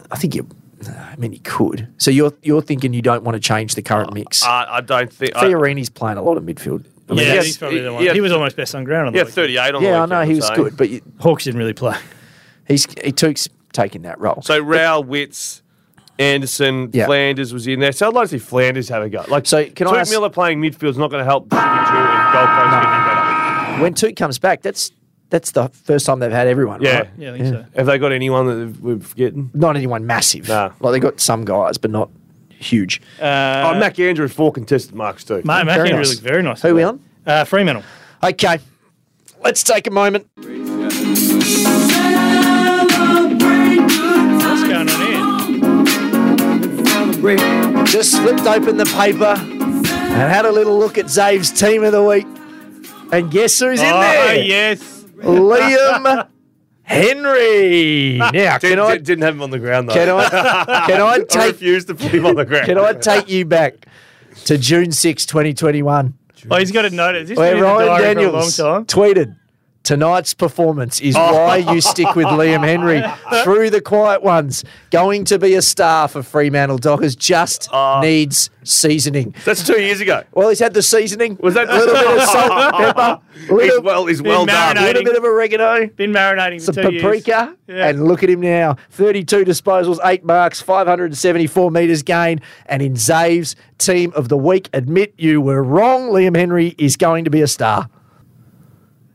Speaker 2: I think you. I mean, he could. So you're you're thinking you don't want to change the current mix.
Speaker 3: Uh, I don't think. I,
Speaker 2: Fiorini's playing a lot of midfield. I mean,
Speaker 1: yeah,
Speaker 3: yes,
Speaker 1: he's probably the one.
Speaker 3: yeah.
Speaker 1: He was almost best on ground on the
Speaker 3: yeah,
Speaker 1: weekend.
Speaker 3: thirty-eight on the
Speaker 2: yeah, I
Speaker 3: weekend,
Speaker 2: know he
Speaker 3: I'm
Speaker 2: was
Speaker 3: saying.
Speaker 2: good, but you,
Speaker 1: Hawks didn't really play.
Speaker 2: he's he Tuke's taking that role.
Speaker 3: So Rao, Wits, Anderson,
Speaker 2: Yeah.
Speaker 3: Flanders was in there. So I'd like to see Flanders have a go. Like,
Speaker 2: So can I
Speaker 3: Tuke
Speaker 2: ask-
Speaker 3: Miller playing midfield is not going to help. Drew and Gold Coast get any better.
Speaker 2: when Tuke comes back, that's that's the first time they've had everyone.
Speaker 3: Yeah.
Speaker 2: right?
Speaker 1: Yeah, I think so.
Speaker 3: Have they got anyone that we're forgetting?
Speaker 2: not anyone massive.
Speaker 3: No.
Speaker 2: Like they got some guys, but not huge.
Speaker 1: Uh,
Speaker 3: oh, Mac Andrews four contested marks too.
Speaker 1: Mate, Mac
Speaker 2: Very
Speaker 1: Andrew
Speaker 2: nice.
Speaker 1: looked very nice.
Speaker 2: Who we on?
Speaker 1: Uh, Fremantle.
Speaker 2: Okay, let's take a moment.
Speaker 1: What's going on here?
Speaker 2: Just flipped open the paper and had a little look at Zave's team of the week. And guess who's in
Speaker 1: Oh,
Speaker 2: there?
Speaker 1: yes.
Speaker 2: Liam Henry. Now,
Speaker 3: Didn't,
Speaker 2: Ah, can I,
Speaker 3: didn't have him on the ground though.
Speaker 2: can I, can I
Speaker 3: I
Speaker 2: take,
Speaker 3: refuse to put him on the ground.
Speaker 2: can I take you back to June 6, 2021?
Speaker 1: Oh, he's got a note. This has been
Speaker 2: where
Speaker 1: in the
Speaker 2: Ryan
Speaker 1: diary
Speaker 2: Daniels
Speaker 1: for a long time. Oh.
Speaker 2: tweeted, Tonight's performance is why you stick with Liam Henry through the quiet ones. Going to be a star for Fremantle Dockers just
Speaker 1: Oh.
Speaker 2: needs seasoning.
Speaker 3: That's two years ago.
Speaker 2: Well, he's had the seasoning. Was
Speaker 3: that-
Speaker 2: a little bit of salt, and pepper,
Speaker 3: He's
Speaker 2: little,
Speaker 3: well, he's well done.
Speaker 1: marinated.
Speaker 2: little bit of oregano,
Speaker 1: Been marinating for
Speaker 2: some
Speaker 1: two years.
Speaker 2: paprika,
Speaker 1: Yeah.
Speaker 2: and look at him now. 32 disposals, 8 marks, 574 metres gain, and in Zave's team of the week, admit you were wrong. Liam Henry is going to be a star.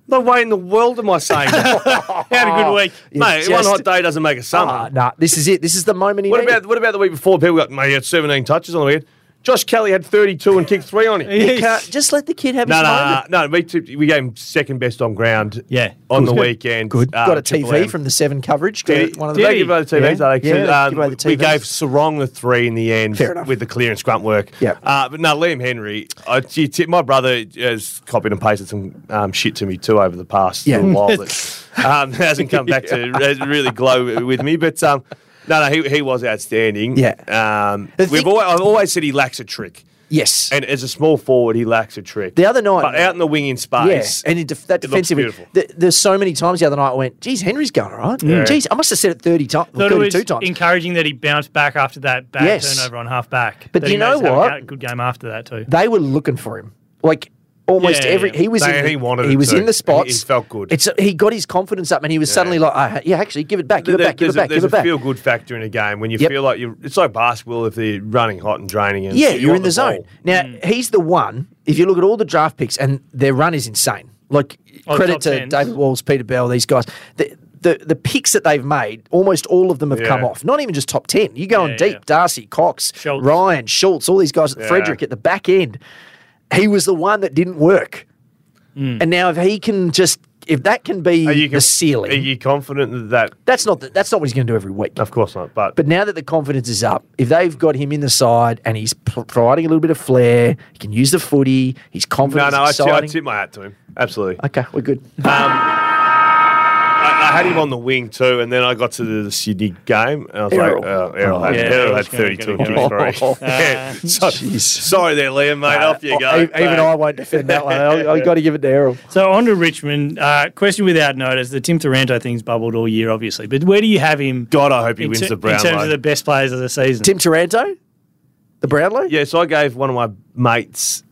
Speaker 3: No way in the world am I saying that.
Speaker 1: Had a
Speaker 2: Oh,
Speaker 1: good week.
Speaker 2: You're
Speaker 3: Mate, one
Speaker 2: just-
Speaker 3: hot day doesn't make a summer.
Speaker 2: Ah, nah, this is it. This is the moment he
Speaker 3: what
Speaker 2: needed.
Speaker 3: about what about the week before? People got mate, he had 17 touches on the weekend. Josh Kelly had 32 and kicked three on it.
Speaker 2: You can't- just let the kid have
Speaker 3: No,
Speaker 2: his
Speaker 3: no,
Speaker 2: moment.
Speaker 3: no, no. We, tipped, we gave him second best on ground.
Speaker 1: Yeah.
Speaker 3: on the
Speaker 1: Good.
Speaker 3: weekend.
Speaker 2: Good.
Speaker 3: Uh,
Speaker 2: Got a
Speaker 3: Triple
Speaker 2: TV
Speaker 3: M.
Speaker 2: from the seven coverage. Got
Speaker 3: Did,
Speaker 2: it- one of
Speaker 3: did
Speaker 2: the
Speaker 3: they give away the TVs?
Speaker 2: Yeah.
Speaker 3: Alex?
Speaker 2: Yeah, they
Speaker 3: Um,
Speaker 2: give away the
Speaker 3: We
Speaker 2: TVs.
Speaker 3: gave Sarong the three in the end
Speaker 2: Fair enough.
Speaker 3: with the clearance grunt work.
Speaker 2: Yeah.
Speaker 3: Uh, but no, Liam Henry, I, you tip, my brother has copied and pasted some um, shit to me too over the past
Speaker 2: Yeah.
Speaker 3: little while that um, hasn't come back to re- really glow with me. But um, no, no, he, he was outstanding.
Speaker 2: Yeah.
Speaker 3: Um,
Speaker 2: The
Speaker 3: we've
Speaker 2: thing-
Speaker 3: always, I've always said he lacks a trick.
Speaker 2: Yes.
Speaker 3: And as a small forward, he lacks a trick.
Speaker 2: The other night-
Speaker 3: But out in the wing in space.
Speaker 2: Yes, and in def- that
Speaker 3: It looks
Speaker 2: defensive.
Speaker 3: beautiful.
Speaker 2: th- there's so many times the other night I went, geez, Henry's going all right. Geez, I must have said it 30 times,
Speaker 1: Thought it
Speaker 2: 32
Speaker 1: was
Speaker 2: times.
Speaker 1: encouraging that he bounced back after that bad
Speaker 2: Yes.
Speaker 1: turnover on half back.
Speaker 2: But
Speaker 1: That
Speaker 2: do
Speaker 1: he
Speaker 2: you know
Speaker 1: knows how to
Speaker 2: what?
Speaker 1: go- Good game after that too.
Speaker 2: they were looking for him. Like almost
Speaker 1: Yeah,
Speaker 2: every
Speaker 1: yeah.
Speaker 2: he was
Speaker 3: They-
Speaker 2: in the,
Speaker 3: he wanted
Speaker 2: he
Speaker 3: it
Speaker 2: was
Speaker 3: too.
Speaker 2: in the spots.
Speaker 3: He- he felt good.
Speaker 2: It's he got his confidence up and he was suddenly like, "Ah, yeah, actually, give it back, give it
Speaker 3: There-
Speaker 2: back, give
Speaker 3: there's
Speaker 2: it back,
Speaker 3: a,
Speaker 2: give it back.
Speaker 3: feel good factor in a game when you
Speaker 2: Yep.
Speaker 3: feel like you're. It's like basketball if they're running hot and draining. And
Speaker 2: yeah,
Speaker 3: you
Speaker 2: you're
Speaker 3: want
Speaker 2: in the, zone.
Speaker 3: ball.
Speaker 2: Now he's the one. If you look at all the draft picks and their run is insane. Like
Speaker 1: Oh,
Speaker 2: credit
Speaker 1: top
Speaker 2: to
Speaker 1: 10s.
Speaker 2: David Walls, Peter Bell, these guys. The, the, the picks that they've made, almost all of them have come
Speaker 3: Yeah.
Speaker 2: off. Not even just top ten. You're going
Speaker 1: Yeah,
Speaker 2: deep.
Speaker 1: yeah.
Speaker 2: Darcy, Cox,
Speaker 1: Schultz.
Speaker 2: Ryan, Schultz, all these guys. Frederick at the back end. He was the one that didn't work. And now if he can just if that can be
Speaker 3: Are Oh, you con-
Speaker 2: the ceiling,
Speaker 3: Are you confident that, that?
Speaker 2: that's not the, that's not what he's going to do every week.
Speaker 3: Of course not. But,
Speaker 2: But now that the confidence is up, if they've got him in the side and he's pr- providing a little bit of flair, he can use the footy, he's
Speaker 3: no,
Speaker 2: confident,
Speaker 3: no, I
Speaker 2: he's
Speaker 3: tip, I
Speaker 2: exciting.
Speaker 3: tip my hat to him. Absolutely.
Speaker 2: okay, we're good.
Speaker 3: I, I had him on the wing too, and then I got to the, the Sydney game, and I was
Speaker 2: Errol.
Speaker 3: like, oh, Errol, had,
Speaker 1: Yeah,
Speaker 3: Errol
Speaker 1: Errol's
Speaker 3: had
Speaker 1: gonna get
Speaker 3: 32
Speaker 1: it.
Speaker 3: and 23. Yeah. So- sorry there, Liam, mate.
Speaker 1: Uh,
Speaker 3: Off you
Speaker 2: E-
Speaker 3: go.
Speaker 2: Even I won't defend that one. I- I've got to give it to Errol.
Speaker 1: So on to Richmond. Uh, question without notice. The Tim Taranto thing's bubbled all year, obviously. But where do you have him?
Speaker 3: God, I hope he
Speaker 1: in,
Speaker 3: wins
Speaker 1: ter-
Speaker 3: the
Speaker 1: in terms
Speaker 3: Brownlow.
Speaker 1: of the best players of the season.
Speaker 2: Tim Taranto? The Brownlow?
Speaker 3: Yeah, so I gave one of my mates,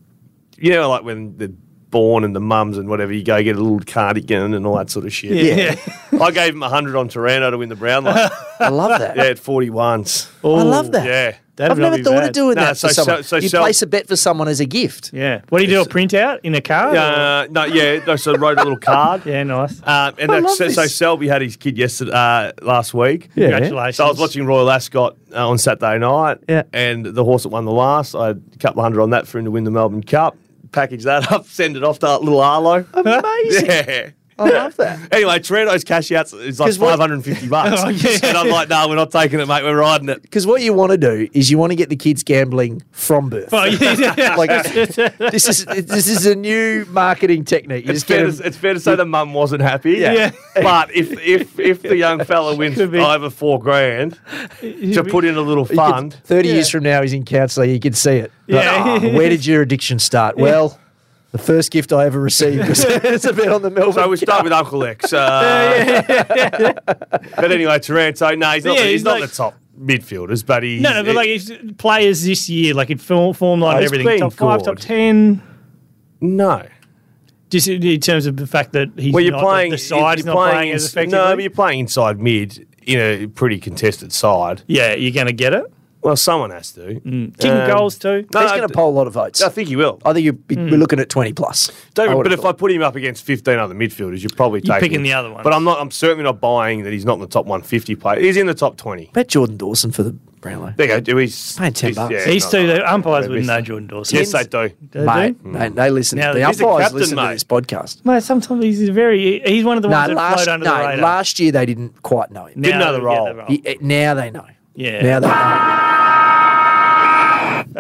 Speaker 3: you know, like when the born and the mums and whatever, you go get a little cardigan and all that sort of shit.
Speaker 2: Yeah.
Speaker 3: I gave him 100 on Toronto to win the Brownlow.
Speaker 2: I love that.
Speaker 3: yeah, at 41s.
Speaker 2: I love Oh, that.
Speaker 3: Yeah.
Speaker 1: That'd
Speaker 2: I've
Speaker 1: not
Speaker 2: never
Speaker 1: be
Speaker 2: thought
Speaker 1: bad.
Speaker 2: of doing
Speaker 3: No,
Speaker 2: that
Speaker 3: so
Speaker 2: for someone.
Speaker 3: sell- so
Speaker 2: you
Speaker 3: sell-
Speaker 2: place a bet for someone as a gift.
Speaker 1: Yeah. What do you do? A printout in a car? or-
Speaker 3: Uh, no, yeah, no, so I wrote a little card.
Speaker 1: yeah. Nice.
Speaker 3: Um, and
Speaker 2: I
Speaker 3: that,
Speaker 2: love
Speaker 3: so, so
Speaker 2: this.
Speaker 3: Selby had his kid yesterday, uh, last week.
Speaker 2: Yeah.
Speaker 1: Congratulations.
Speaker 3: So I was watching Royal Ascot uh, on Saturday night,
Speaker 2: Yeah.
Speaker 3: and the horse that won the last, I had a couple of hundred on that for him to win the Melbourne Cup. Package that up, send it off to little Arlo.
Speaker 2: Amazing.
Speaker 3: Yeah.
Speaker 2: I love that.
Speaker 3: Anyway, Toronto's cash outs is like
Speaker 2: 'Cause what-
Speaker 3: 550 bucks.
Speaker 1: Oh, yeah.
Speaker 3: And I'm like, no, we're not taking it, mate. We're riding it.
Speaker 2: Because what you want to do is you want to get the kids gambling from birth.
Speaker 1: Oh, yeah.
Speaker 2: Like- this is this is a new marketing technique. You
Speaker 3: It's
Speaker 2: just get
Speaker 3: fair,
Speaker 2: them-
Speaker 3: to, it's fair to say the mum wasn't happy.
Speaker 1: Yeah.
Speaker 3: But if if if the young fella wins
Speaker 1: Could be.
Speaker 3: over four grand to put in a little
Speaker 2: He could-
Speaker 3: fund,
Speaker 2: 30
Speaker 1: Yeah.
Speaker 2: years from now, he's in counselling. You can see it. Like,
Speaker 1: Yeah.
Speaker 2: "Ah, where did your addiction start? Well, the first gift I ever received was it's a bit on the Melbourne.
Speaker 3: So we start with Uncle X. Uh, but anyway, Taranto, no, he's not,
Speaker 1: Yeah,
Speaker 3: the, he's
Speaker 1: he's
Speaker 3: not
Speaker 1: like-
Speaker 3: the top midfielders, but he.
Speaker 1: No, no, but like it's players this year, like in form, form line,
Speaker 3: Oh,
Speaker 1: and
Speaker 3: he's
Speaker 1: everything,
Speaker 3: been
Speaker 1: top five,
Speaker 3: good.
Speaker 1: top ten.
Speaker 3: no.
Speaker 1: Just in in terms of the fact that he's
Speaker 3: Well, you're
Speaker 1: not,
Speaker 3: playing.
Speaker 1: the side's
Speaker 3: you're
Speaker 1: not playing, as
Speaker 3: ins-
Speaker 1: effectively.
Speaker 3: No, but you're playing inside mid in a pretty contested side.
Speaker 1: yeah, you're going to get it.
Speaker 3: Well, someone has to.
Speaker 1: Kicking
Speaker 3: Um,
Speaker 1: Mm. goals too.
Speaker 3: no,
Speaker 2: he's
Speaker 3: I-
Speaker 2: going to poll a lot of votes.
Speaker 3: I think he will.
Speaker 2: I think you'd be, we're looking at 20 plus.
Speaker 3: Hmm. Don't-
Speaker 2: I would've
Speaker 3: but if I
Speaker 2: thought.
Speaker 3: put him up against 15 other midfielders, you're probably
Speaker 1: You're
Speaker 3: taking
Speaker 1: picking
Speaker 3: him.
Speaker 1: the other ones.
Speaker 3: But I'm not. I'm certainly not buying that he's not in the top 150 player. He's in the top 20.
Speaker 2: Bet Jordan Dawson for the Brownlow.
Speaker 3: There you go. Do he's
Speaker 2: Paying 10
Speaker 3: he's-
Speaker 2: bucks.
Speaker 3: yeah,
Speaker 1: These
Speaker 3: no,
Speaker 1: two,
Speaker 3: no,
Speaker 1: the umpires
Speaker 3: no,
Speaker 1: wouldn't
Speaker 3: no.
Speaker 1: know Jordan Dawson.
Speaker 3: Yes, they do. Hmm.
Speaker 1: They do?
Speaker 2: Mate, mate, they listen.
Speaker 1: Now,
Speaker 2: the
Speaker 1: he's the
Speaker 2: umpires
Speaker 3: captain,
Speaker 2: listen
Speaker 3: mate.
Speaker 2: to this podcast.
Speaker 1: Mate, sometimes he's very. He's one of the
Speaker 2: No,
Speaker 1: ones that
Speaker 2: last,
Speaker 1: float under
Speaker 2: no
Speaker 1: the radar.
Speaker 2: last year they didn't quite know him.
Speaker 1: Now
Speaker 3: Didn't know the
Speaker 1: we get
Speaker 3: role.
Speaker 2: He- eh, now they know.
Speaker 1: Yeah.
Speaker 2: Now they know.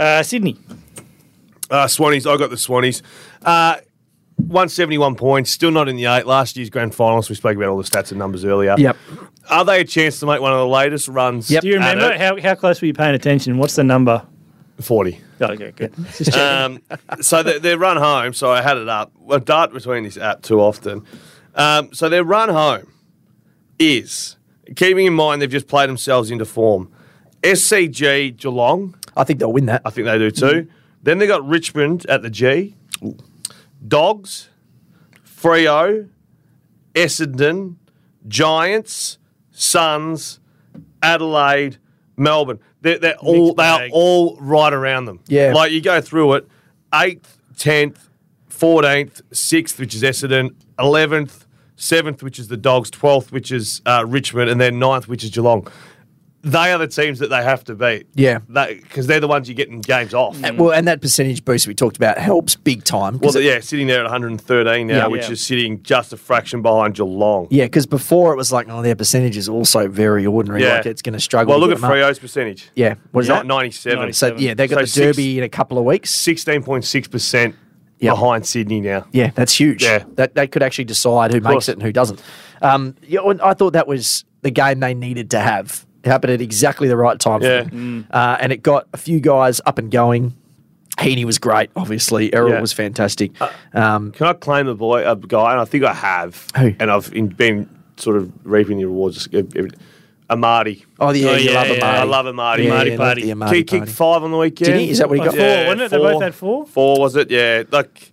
Speaker 1: Uh, Sydney.
Speaker 3: Uh, Swannies, I got the Swannies. Uh, 171 points, still not in the eight. Last year's grand finals, we spoke about all the stats and numbers earlier.
Speaker 2: Yep.
Speaker 3: Are they a chance to make one of the latest runs?
Speaker 2: Yep.
Speaker 1: Do you
Speaker 3: at
Speaker 1: remember
Speaker 3: it?
Speaker 1: how, how close were you paying attention? What's the number?
Speaker 3: 40.
Speaker 1: Oh, okay, good.
Speaker 3: Um, so they, their run home, so I had it up. I dart between this app too often. Um, so their run home is, keeping in mind they've just played themselves into form, SCG Geelong.
Speaker 2: I think they'll win that.
Speaker 3: I think they do too.
Speaker 2: Mm-hmm.
Speaker 3: Then they got Richmond at the G, Dogs, Frio, Essendon, Giants, Suns, Adelaide, Melbourne. They're, they're all they are
Speaker 1: bag.
Speaker 3: all right around them.
Speaker 2: Yeah.
Speaker 3: like you go through it, eighth, tenth, 14th, 6th, which is Essendon, 11th, 7th, which is the Dogs, 12th, which is uh, Richmond, and then 9th, which is Geelong. They are the teams that they have to beat.
Speaker 2: Yeah.
Speaker 3: Because they're the ones you're getting games off.
Speaker 2: And- well, and that percentage boost we talked about helps big time. Mm. 'cause
Speaker 3: Well,
Speaker 2: it-
Speaker 3: yeah, sitting there at 113 now,
Speaker 2: Yeah.
Speaker 3: which
Speaker 1: Yeah.
Speaker 3: is sitting just a fraction behind Geelong.
Speaker 2: yeah, because before it was like, oh, their percentage is also very ordinary. Like it's going to struggle.
Speaker 3: Well,
Speaker 2: to
Speaker 3: look at
Speaker 2: get them up.
Speaker 3: Freo's percentage.
Speaker 2: Yeah, what is
Speaker 3: Not
Speaker 2: that?
Speaker 3: 97.
Speaker 2: So yeah, they
Speaker 3: So
Speaker 2: got
Speaker 3: six-
Speaker 2: the derby in a couple of weeks.
Speaker 3: 16.6%
Speaker 2: Yeah.
Speaker 3: behind Sydney now.
Speaker 2: Yeah, that's huge.
Speaker 3: Yeah.
Speaker 2: That that could actually decide who
Speaker 3: course.
Speaker 2: makes it and who doesn't. Um, yeah, and I thought that was the game they needed to have. It happened at exactly the right time.
Speaker 3: Yeah.
Speaker 2: For them. Uh, and it got a few guys up and going. Heaney was great, obviously. Errol
Speaker 3: Yeah. Uh,
Speaker 2: was fantastic. Um,
Speaker 3: Can I claim a boy, a guy? And I think I have.
Speaker 2: Who?
Speaker 3: And I've in, been sort of reaping the rewards. A Marty.
Speaker 2: oh, yeah,
Speaker 1: Oh,
Speaker 2: you
Speaker 1: yeah,
Speaker 2: love
Speaker 1: yeah,
Speaker 2: a Marty.
Speaker 3: I love Amadi.
Speaker 2: Yeah,
Speaker 1: Marty
Speaker 2: yeah,
Speaker 1: party.
Speaker 2: love the Amadi
Speaker 3: he kicked
Speaker 2: party.
Speaker 3: five on the weekend.
Speaker 2: Did he? Is that what he got?
Speaker 1: Four, wasn't it? They both had four?
Speaker 3: Four, was it? Yeah. Like,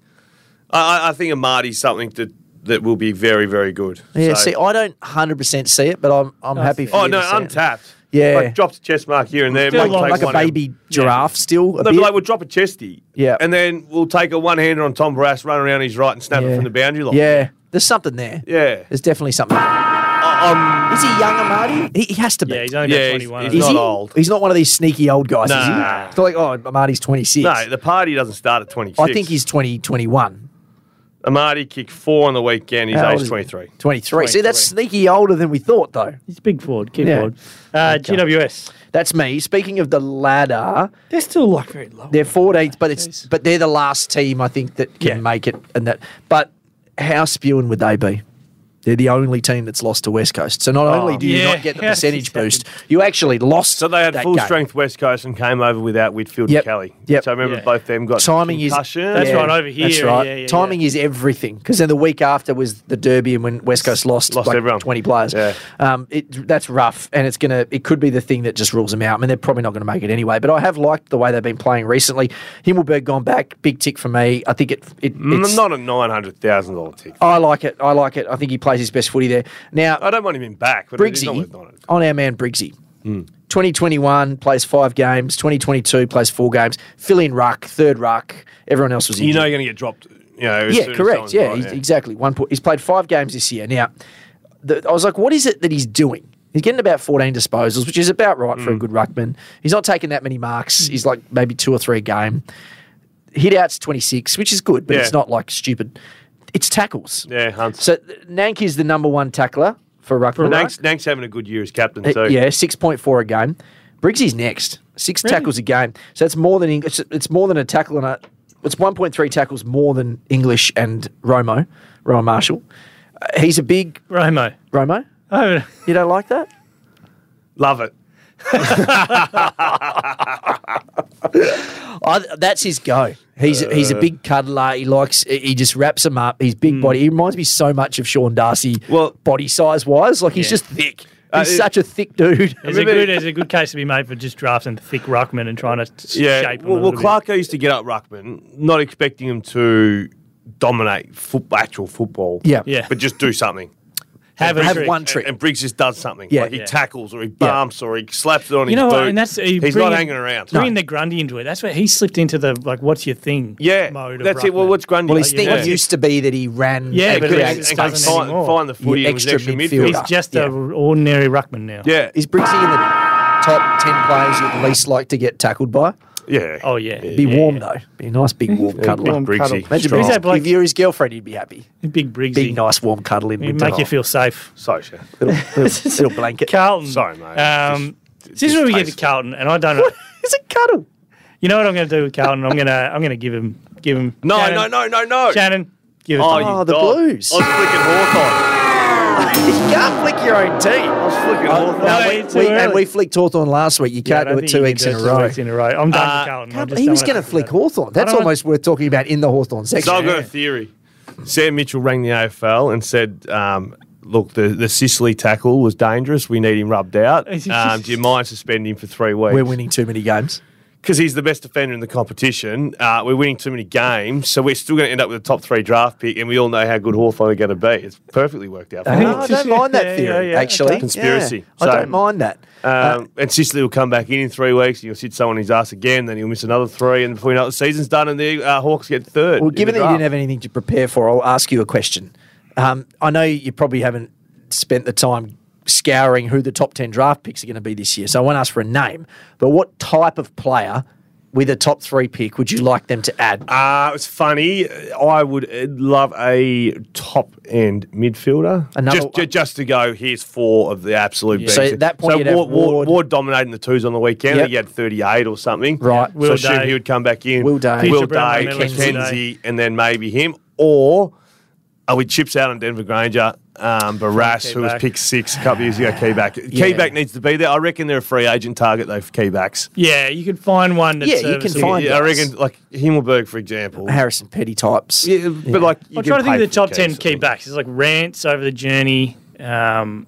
Speaker 3: I, I- I think Amadi's something that, that will be very, very good.
Speaker 2: Yeah,
Speaker 3: So-
Speaker 2: see, I don't hundred percent see it, but I'm I'm happy for
Speaker 3: Oh,
Speaker 2: you
Speaker 3: no,
Speaker 2: to see it.
Speaker 3: untapped.
Speaker 2: Yeah.
Speaker 3: Like, drops a chest mark here and there.
Speaker 1: Still
Speaker 3: might
Speaker 1: long.
Speaker 3: take
Speaker 2: like a
Speaker 3: one out.
Speaker 2: baby giraffe still. A
Speaker 3: No,
Speaker 2: bit.
Speaker 3: but like we'll drop a chesty.
Speaker 2: Yeah.
Speaker 3: And then we'll take a one hander on Tom Brass, run around his right and snap it
Speaker 2: Yeah.
Speaker 3: from the boundary line.
Speaker 2: yeah, there's something there.
Speaker 3: Yeah.
Speaker 2: There's definitely something.
Speaker 3: Um,
Speaker 2: Is he young, Marty? He, he has to be.
Speaker 1: Yeah, he's only
Speaker 3: Yeah,
Speaker 1: about
Speaker 3: he's-
Speaker 1: 21.
Speaker 3: he's
Speaker 1: I think.
Speaker 3: not
Speaker 2: he?
Speaker 3: old.
Speaker 2: He's not one of these sneaky old guys,
Speaker 3: Nah.
Speaker 2: is he? It's like, oh, Marty's 26.
Speaker 3: no, the party doesn't start at 26.
Speaker 2: I think he's 20, 21.
Speaker 3: Amadi kicked four on the weekend. He's
Speaker 2: How old
Speaker 3: age
Speaker 2: is he?
Speaker 3: 23.
Speaker 2: 23. See, that's sneaky older than we thought, though.
Speaker 1: He's a big forward. Keep
Speaker 2: Yeah.
Speaker 1: forward. Uh, GWS.
Speaker 2: That's me. Speaking of the ladder,
Speaker 1: They're still like very low.
Speaker 2: Oh, they're 14th, but it's but they're the last team I think that can
Speaker 1: Yeah.
Speaker 2: make it. And that, but how spewing would they be? They're the only team that's lost to West Coast. So
Speaker 3: Oh,
Speaker 2: not only do you
Speaker 1: yeah.
Speaker 2: not get the
Speaker 1: Yes,
Speaker 2: percentage
Speaker 1: exactly.
Speaker 2: boost, you actually lost.
Speaker 3: So they had
Speaker 2: that
Speaker 3: full
Speaker 2: game.
Speaker 3: strength West Coast and came over without Whitfield
Speaker 2: Yep.
Speaker 3: and Kelly.
Speaker 2: Yep.
Speaker 3: So I remember
Speaker 1: Yeah.
Speaker 3: both them got
Speaker 2: timing is
Speaker 3: concussion.
Speaker 1: That's
Speaker 3: Yeah.
Speaker 1: right, over here,
Speaker 2: That's right.
Speaker 1: yeah, yeah, yeah.
Speaker 2: timing is everything because then the week after was the derby and when West Coast lost,
Speaker 3: Lost
Speaker 2: like
Speaker 3: everyone.
Speaker 2: twenty players.
Speaker 3: Yeah.
Speaker 2: Um, it, that's rough, and it's gonna it could be the thing that just rules them out. I mean, they're probably not going to make it anyway. But I have liked the way they've been playing recently. Himmelberg gone back, big tick for me. I think it it
Speaker 3: Mm,
Speaker 2: it's,
Speaker 3: Not a nine hundred thousand dollar tick.
Speaker 2: I like it. I like it. I think he plays his best footy there. Now
Speaker 3: I don't want him in back, but it's not worth
Speaker 2: Briggsy
Speaker 3: 900.
Speaker 2: on our man Briggsy. 2021 plays five games. 2022 plays four games. Fill in ruck, third ruck. Everyone else was injured.
Speaker 3: You know you're going to get dropped. You know, as soon
Speaker 2: Yeah,
Speaker 3: as
Speaker 2: correct.
Speaker 3: someone's
Speaker 2: Yeah,
Speaker 3: right,
Speaker 2: he's- exactly. One point. He's played five games this year. Now, the, I was like, what is it that he's doing? He's getting about 14 disposals, which is about right
Speaker 3: Mm.
Speaker 2: for a good ruckman. He's not taking that many marks. He's like maybe two or three a game. Hit outs 26, which is good, but
Speaker 3: Yeah.
Speaker 2: it's not like stupid. It's tackles.
Speaker 3: Yeah, Hunt's.
Speaker 2: So th- Nank is the number one tackler for ruckman. right?
Speaker 3: Nank's, Nank's having a good year as captain
Speaker 2: Uh,
Speaker 3: too.
Speaker 2: Yeah, six point four a game. Briggsy's next, six tackles a game. So that's more than Eng- it's, it's more than a tackle and a. It's one point three tackles more than English and Romo, Romo Marshall. Uh, he's a big
Speaker 1: Romo.
Speaker 2: Romo.
Speaker 1: Oh,
Speaker 2: You don't like that?
Speaker 3: Love it.
Speaker 2: I, that's his go. He's he's a big cuddler. He likes he just wraps him up. He's big body. He reminds me so much of Sean Darcy.
Speaker 3: Well-
Speaker 2: body size wise, like he's
Speaker 1: Yeah.
Speaker 2: just thick. He's
Speaker 3: Uh, it-
Speaker 2: such a thick dude.
Speaker 1: there's, a
Speaker 3: Remember-
Speaker 1: good, there's a good case to be made for just drafting thick ruckman and trying to s- shape him.
Speaker 3: Well,
Speaker 1: a little
Speaker 3: well
Speaker 1: bit.
Speaker 3: Clarko used to get up ruckman, not expecting him to dominate foot, actual football.
Speaker 2: Yeah.
Speaker 1: Yeah.
Speaker 3: But just do something.
Speaker 1: have, a
Speaker 2: have
Speaker 1: trick.
Speaker 2: one
Speaker 3: And-
Speaker 2: trick.
Speaker 3: And, Briggs just does something.
Speaker 2: Yeah.
Speaker 3: Like he
Speaker 1: Yeah.
Speaker 3: tackles or he bumps or he slaps it on
Speaker 1: You
Speaker 3: his
Speaker 1: know
Speaker 3: boot.
Speaker 1: what? And that's uh, you
Speaker 3: He's
Speaker 1: bring
Speaker 3: not
Speaker 1: in-
Speaker 3: hanging around.
Speaker 1: Bring the Grundy into it. That's where he slipped into the like, what's your thing?
Speaker 3: Yeah.
Speaker 1: mode of
Speaker 3: That's it. Well,
Speaker 1: ruckman.
Speaker 3: what's Grundy?
Speaker 2: Well, his
Speaker 1: Yeah.
Speaker 2: thing
Speaker 1: Oh, Yeah.
Speaker 2: used to be that he ran.
Speaker 1: Yeah,
Speaker 2: and
Speaker 1: but
Speaker 3: Could
Speaker 1: it
Speaker 2: created
Speaker 1: just
Speaker 3: and
Speaker 2: space.
Speaker 1: doesn't
Speaker 3: find,
Speaker 1: anymore.
Speaker 3: find the footy and was
Speaker 2: extra
Speaker 3: extra
Speaker 2: midfielder.
Speaker 1: He's
Speaker 3: midfielder.
Speaker 1: just
Speaker 2: Yeah.
Speaker 1: an ordinary ruckman now.
Speaker 3: Yeah.
Speaker 2: Is Brixie in the top 10 players you'd least like to get tackled by?
Speaker 3: Yeah.
Speaker 1: Oh yeah.
Speaker 2: Be
Speaker 1: yeah.
Speaker 2: warm, though. Be a nice big warm cuddle.
Speaker 3: Big Briggsy.
Speaker 2: Imagine
Speaker 1: Who's
Speaker 3: Strong.
Speaker 1: that bloke?
Speaker 2: if you were his girlfriend, you'd be happy.
Speaker 1: Big Briggsy.
Speaker 2: Big, nice, warm cuddle in
Speaker 1: It'd
Speaker 2: winter.
Speaker 1: make you feel safe.
Speaker 3: Sorry, Shane.
Speaker 2: Little, little, little blanket.
Speaker 1: Carlton.
Speaker 3: Sorry, mate.
Speaker 1: Um,
Speaker 3: Just-
Speaker 1: this is where we get to
Speaker 3: distasteful.
Speaker 1: Carlton, and I don't know.
Speaker 2: it's a cuddle.
Speaker 1: You know what I'm going to do with Carlton? I'm going to I'm going to give him give him.
Speaker 3: No,
Speaker 1: Shannon,
Speaker 3: no, no, no, no.
Speaker 1: Shannon, give it.
Speaker 3: Oh,
Speaker 1: to
Speaker 3: you
Speaker 1: him.
Speaker 2: Oh, the
Speaker 3: dog.
Speaker 2: Blues.
Speaker 3: I was flicking Hawthorne.
Speaker 2: You can't flick your own team.
Speaker 3: I was flicking Hawthorn.
Speaker 1: no,
Speaker 2: Oh, we,
Speaker 1: it's too
Speaker 2: we- and
Speaker 1: early.
Speaker 2: we flicked Hawthorn last week. You
Speaker 1: Yeah, I
Speaker 2: can't
Speaker 1: don't
Speaker 2: do it
Speaker 1: think
Speaker 2: two
Speaker 1: you can
Speaker 2: weeks
Speaker 1: do
Speaker 2: in
Speaker 1: it
Speaker 2: a
Speaker 1: two
Speaker 2: row.
Speaker 1: weeks in a row. I'm done
Speaker 3: Uh,
Speaker 1: with Carlton. I
Speaker 2: Can't-
Speaker 1: just
Speaker 2: He
Speaker 1: don't
Speaker 2: was
Speaker 1: wanna
Speaker 2: going to
Speaker 1: think
Speaker 2: flick
Speaker 1: about it.
Speaker 2: Hawthorn. That's
Speaker 1: don't wanna-
Speaker 2: almost worth talking about in the Hawthorn section.
Speaker 3: So I've got a theory. Sam Mitchell rang the AFL and said, um, look, the, the Sicily tackle was dangerous. We need him rubbed out. Um, do you mind suspending him for three weeks?
Speaker 2: We're winning too many games.
Speaker 3: because he's the best defender in the competition. Uh, we're winning too many games, so we're still going to end up with a top three draft pick, and we all know how good Hawthorn are going to be. It's perfectly worked out. For
Speaker 2: No,
Speaker 3: us.
Speaker 2: I don't mind that theory,
Speaker 1: Yeah, yeah, yeah.
Speaker 2: actually.
Speaker 1: Okay.
Speaker 3: Conspiracy.
Speaker 2: Yeah, I
Speaker 3: So-
Speaker 2: don't mind that.
Speaker 3: Um, and Sicily will come back in in three weeks. And you'll sit someone on his ass again. Then he'll miss another three, and before you know it, the season's done, and the uh, Hawks get third.
Speaker 2: Well,
Speaker 3: in
Speaker 2: given
Speaker 3: the
Speaker 2: that you
Speaker 3: draft.
Speaker 2: didn't have anything to prepare for, I'll ask you a question. Um, I know you probably haven't spent the time scouring who the top 10 draft picks are going to be this year, so I won't ask for a name. But what type of player with a top three pick would you like them to add?
Speaker 3: Uh, it's funny. I would uh, love a top end midfielder.
Speaker 2: Another
Speaker 3: just,
Speaker 2: one.
Speaker 3: ju- just to go, here's four of the absolute best.
Speaker 2: So at that point you'd have
Speaker 3: Ward, Ward-
Speaker 2: Ward.
Speaker 3: Ward dominating the twos on the weekend. I
Speaker 2: Yep.
Speaker 3: think He had 38 or something.
Speaker 2: Right.
Speaker 3: so I
Speaker 1: Will
Speaker 3: assume
Speaker 1: Day.
Speaker 3: he would come back in.
Speaker 2: Will Day.
Speaker 3: Will
Speaker 1: Peter Brown,
Speaker 3: Day,
Speaker 1: McKenzie.
Speaker 3: McKenzie, and then maybe him. Or are we chips out on Denver Granger? Um, Barras, who was
Speaker 1: Keyback.
Speaker 3: picked six a couple of years ago, Keyback. Keyback needs to be there. I reckon they're a free agent target, though, for Keybacks.
Speaker 1: Yeah, you can find one. That's
Speaker 2: Yeah, you can
Speaker 1: serviceable.
Speaker 2: find-
Speaker 3: Yeah, I
Speaker 2: guys.
Speaker 3: reckon, like, Himmelberg, for example.
Speaker 2: Harrison Petty types.
Speaker 3: Yeah, but like you
Speaker 1: I'm trying to
Speaker 3: can
Speaker 1: think of the
Speaker 3: pay for
Speaker 1: top ten
Speaker 3: case, I
Speaker 1: key
Speaker 3: think.
Speaker 1: backs. It's like Rants over the journey. Um,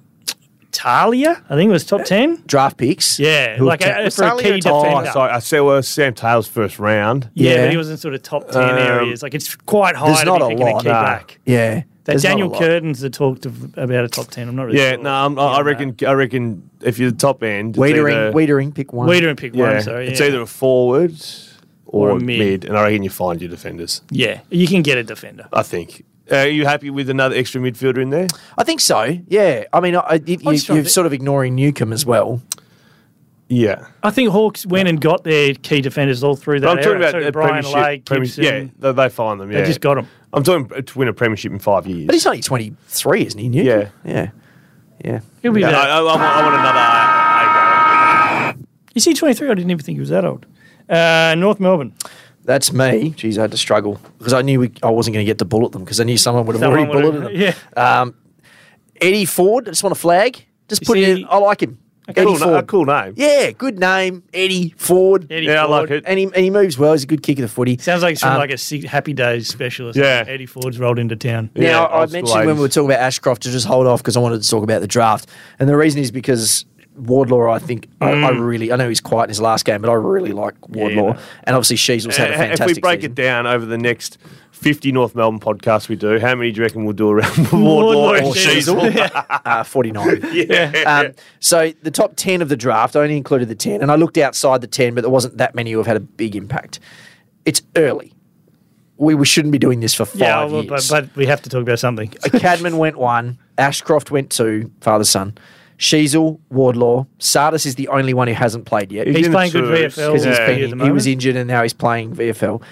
Speaker 1: Talia, I think it was top ten.
Speaker 2: Draft picks.
Speaker 1: Yeah,
Speaker 2: Who
Speaker 1: like
Speaker 2: would ta-
Speaker 1: uh, for a
Speaker 3: Talia
Speaker 1: key
Speaker 3: and Talia,
Speaker 1: defender.
Speaker 3: sorry, I saw uh, Sam Taylor's first round.
Speaker 1: yeah,
Speaker 2: Oh, Yeah.
Speaker 1: but he was in sort of top ten
Speaker 3: Um,
Speaker 1: areas. Like it's quite high
Speaker 2: there's
Speaker 1: to
Speaker 2: not
Speaker 1: be
Speaker 2: a
Speaker 1: picking
Speaker 2: lot,
Speaker 1: a key
Speaker 2: no.
Speaker 1: back.
Speaker 2: yeah.
Speaker 1: That
Speaker 2: There's not
Speaker 1: Daniel
Speaker 2: a lot.
Speaker 1: Curtin's the talk of, about a top ten. I'm not really
Speaker 3: Yeah,
Speaker 1: sure.
Speaker 3: no, I'm, I I reckon. I reckon if you're the top end, it's either-
Speaker 2: Wiedering, Wiedering, pick one.
Speaker 1: Weeder and pick
Speaker 3: yeah,
Speaker 1: one. Sorry, yeah.
Speaker 3: it's either a forward or,
Speaker 1: Or a
Speaker 3: a
Speaker 1: mid.
Speaker 3: mid. and I reckon you find your defenders.
Speaker 1: yeah, you can get a defender.
Speaker 3: I think. Uh, are you happy with another extra midfielder in there?
Speaker 2: I think so. Yeah. I mean, I, I- you,
Speaker 1: I'm just
Speaker 2: you,
Speaker 1: trying
Speaker 2: you're
Speaker 1: to-
Speaker 2: sort of ignoring Newcomb as well.
Speaker 3: Yeah,
Speaker 1: I think Hawks went and got their key defenders all through that.
Speaker 3: but I'm talking
Speaker 1: era
Speaker 3: about
Speaker 1: too.
Speaker 3: uh,
Speaker 1: Brian
Speaker 3: premiership.
Speaker 1: Lay,
Speaker 3: Premiers-
Speaker 1: Gibson.
Speaker 3: yeah, they, they find them. Yeah,
Speaker 1: they just got them.
Speaker 3: I'm talking to win a premiership in five years.
Speaker 2: But he's only 23, isn't he, Newcomb?
Speaker 3: Yeah.
Speaker 2: Yeah. Yeah.
Speaker 1: He'll be
Speaker 3: yeah, I,
Speaker 1: there.
Speaker 3: I, I want, I want another. A- A grade.
Speaker 1: Is he 23? I didn't even think he was that old. Uh, North Melbourne.
Speaker 2: That's me. Jeez, I had to struggle because I knew we, I wasn't going to get to bullet them because I knew someone would have
Speaker 1: Someone
Speaker 2: already
Speaker 1: would've-
Speaker 2: bulleted them.
Speaker 1: Yeah.
Speaker 2: Um, Eddie Ford. I just want to flag. Just
Speaker 1: You
Speaker 2: put it
Speaker 1: see-
Speaker 2: in. I like him. Eddie
Speaker 3: Cool,
Speaker 2: Ford.
Speaker 3: na- a cool name.
Speaker 2: Yeah, good name. Eddie Ford.
Speaker 1: Eddie
Speaker 3: Yeah, I
Speaker 1: Ford.
Speaker 3: like it.
Speaker 2: And he, and he moves well. He's a good kick of the footy.
Speaker 1: Sounds like it's from
Speaker 2: Um,
Speaker 1: like a si- Happy Days specialist.
Speaker 3: Yeah.
Speaker 1: Eddie Ford's rolled into town.
Speaker 3: Yeah,
Speaker 2: Now, I
Speaker 3: old school
Speaker 2: mentioned when we were
Speaker 3: eighties.
Speaker 2: talking about Ashcroft to just hold off because I wanted to talk about the draft. And the reason is because Wardlaw, I think, I, I
Speaker 3: Mm.
Speaker 2: really, I know he's quiet in his last game, but I really like Wardlaw. And obviously, Sheasels had a
Speaker 3: Uh,
Speaker 2: fantastic
Speaker 3: If we break
Speaker 2: season.
Speaker 3: it down over the next 50 North Melbourne podcasts we do, how many do you reckon we'll do around Wardlaw and
Speaker 1: Wardlaw.
Speaker 3: Sheasel?
Speaker 2: uh, 49.
Speaker 3: Yeah.
Speaker 2: Um, so the top 10 of the draft, I only included the 10, and I looked outside the 10, but there wasn't that many who have had a big impact. It's early. We, we shouldn't be doing this for five
Speaker 1: Yeah, well,
Speaker 2: years.
Speaker 1: but, but we have to talk about something.
Speaker 2: Cadman went one. Ashcroft went two. Father son. Sheasel, Wardlaw. Sardis is the only one who hasn't played yet
Speaker 1: He's
Speaker 3: in
Speaker 1: playing
Speaker 3: the
Speaker 1: good
Speaker 3: twos.
Speaker 1: VFL.
Speaker 2: because
Speaker 1: Yeah.
Speaker 2: he's
Speaker 1: at the
Speaker 2: been he was
Speaker 1: moment.
Speaker 2: injured and now he's playing VFL.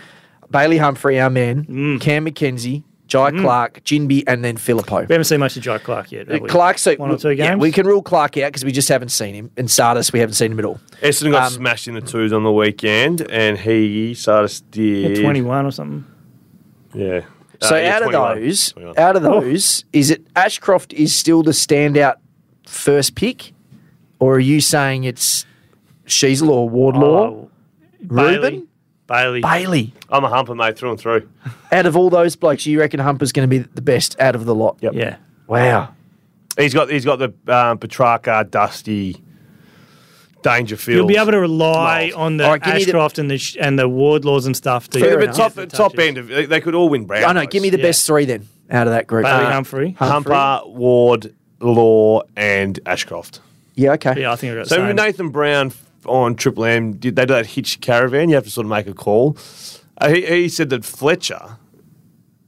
Speaker 2: Bailey Humphrey, our man.
Speaker 1: Mm.
Speaker 2: Cam McKenzie, Jai Clark, Jinby, and then Filippo.
Speaker 1: We haven't seen much of Jai Clark yet. have we?
Speaker 2: Clark, so
Speaker 1: one or two
Speaker 2: yeah,
Speaker 1: games.
Speaker 2: we can rule Clark out because we just haven't seen him. And Sardis, we haven't seen him at all.
Speaker 3: Essendon
Speaker 2: um,
Speaker 3: got smashed in the twos on the weekend, and he Sardis did.
Speaker 1: Yeah, 21 or something.
Speaker 3: Yeah. Uh,
Speaker 2: So
Speaker 3: yeah,
Speaker 2: out of
Speaker 3: 21.
Speaker 2: those,
Speaker 3: 21.
Speaker 2: out of
Speaker 1: Oh.
Speaker 2: those, is it Ashcroft is still the standout first pick, or are you saying it's Sheasel or Wardlaw?
Speaker 1: Oh,
Speaker 2: Ruben?
Speaker 1: Bailey. Bailey.
Speaker 2: Bailey.
Speaker 3: I'm a humper, mate, through and through.
Speaker 2: Out of all those blokes, you reckon Humper's going to be the best out of the lot?
Speaker 3: Yep.
Speaker 1: Yeah.
Speaker 2: Wow.
Speaker 3: He's got he's got the um, Petrarca, Dusty, Dangerfield.
Speaker 1: You'll be able to rely
Speaker 3: Miles.
Speaker 1: on the
Speaker 2: All right, give me the-
Speaker 1: Ashcroft and the sh- and the Wardlaws and stuff. To
Speaker 2: Fair
Speaker 3: Yeah,
Speaker 1: get
Speaker 3: but
Speaker 2: enough.
Speaker 1: the
Speaker 3: top, top
Speaker 1: touches.
Speaker 3: end of they, they could all win
Speaker 2: I
Speaker 3: Brown.
Speaker 2: know. Give me the
Speaker 1: Yeah.
Speaker 2: best three then out of that group.
Speaker 1: Bailey
Speaker 2: Uh,
Speaker 1: Humphrey.
Speaker 2: Humphrey.
Speaker 3: Humper, Ward, Law, and Ashcroft.
Speaker 2: Yeah. Okay.
Speaker 1: Yeah, I think I got
Speaker 3: So
Speaker 1: so
Speaker 3: with Nathan Brown f- on Triple M, did they do that hitch caravan? You have to sort of make a call. Uh, he, he said that Fletcher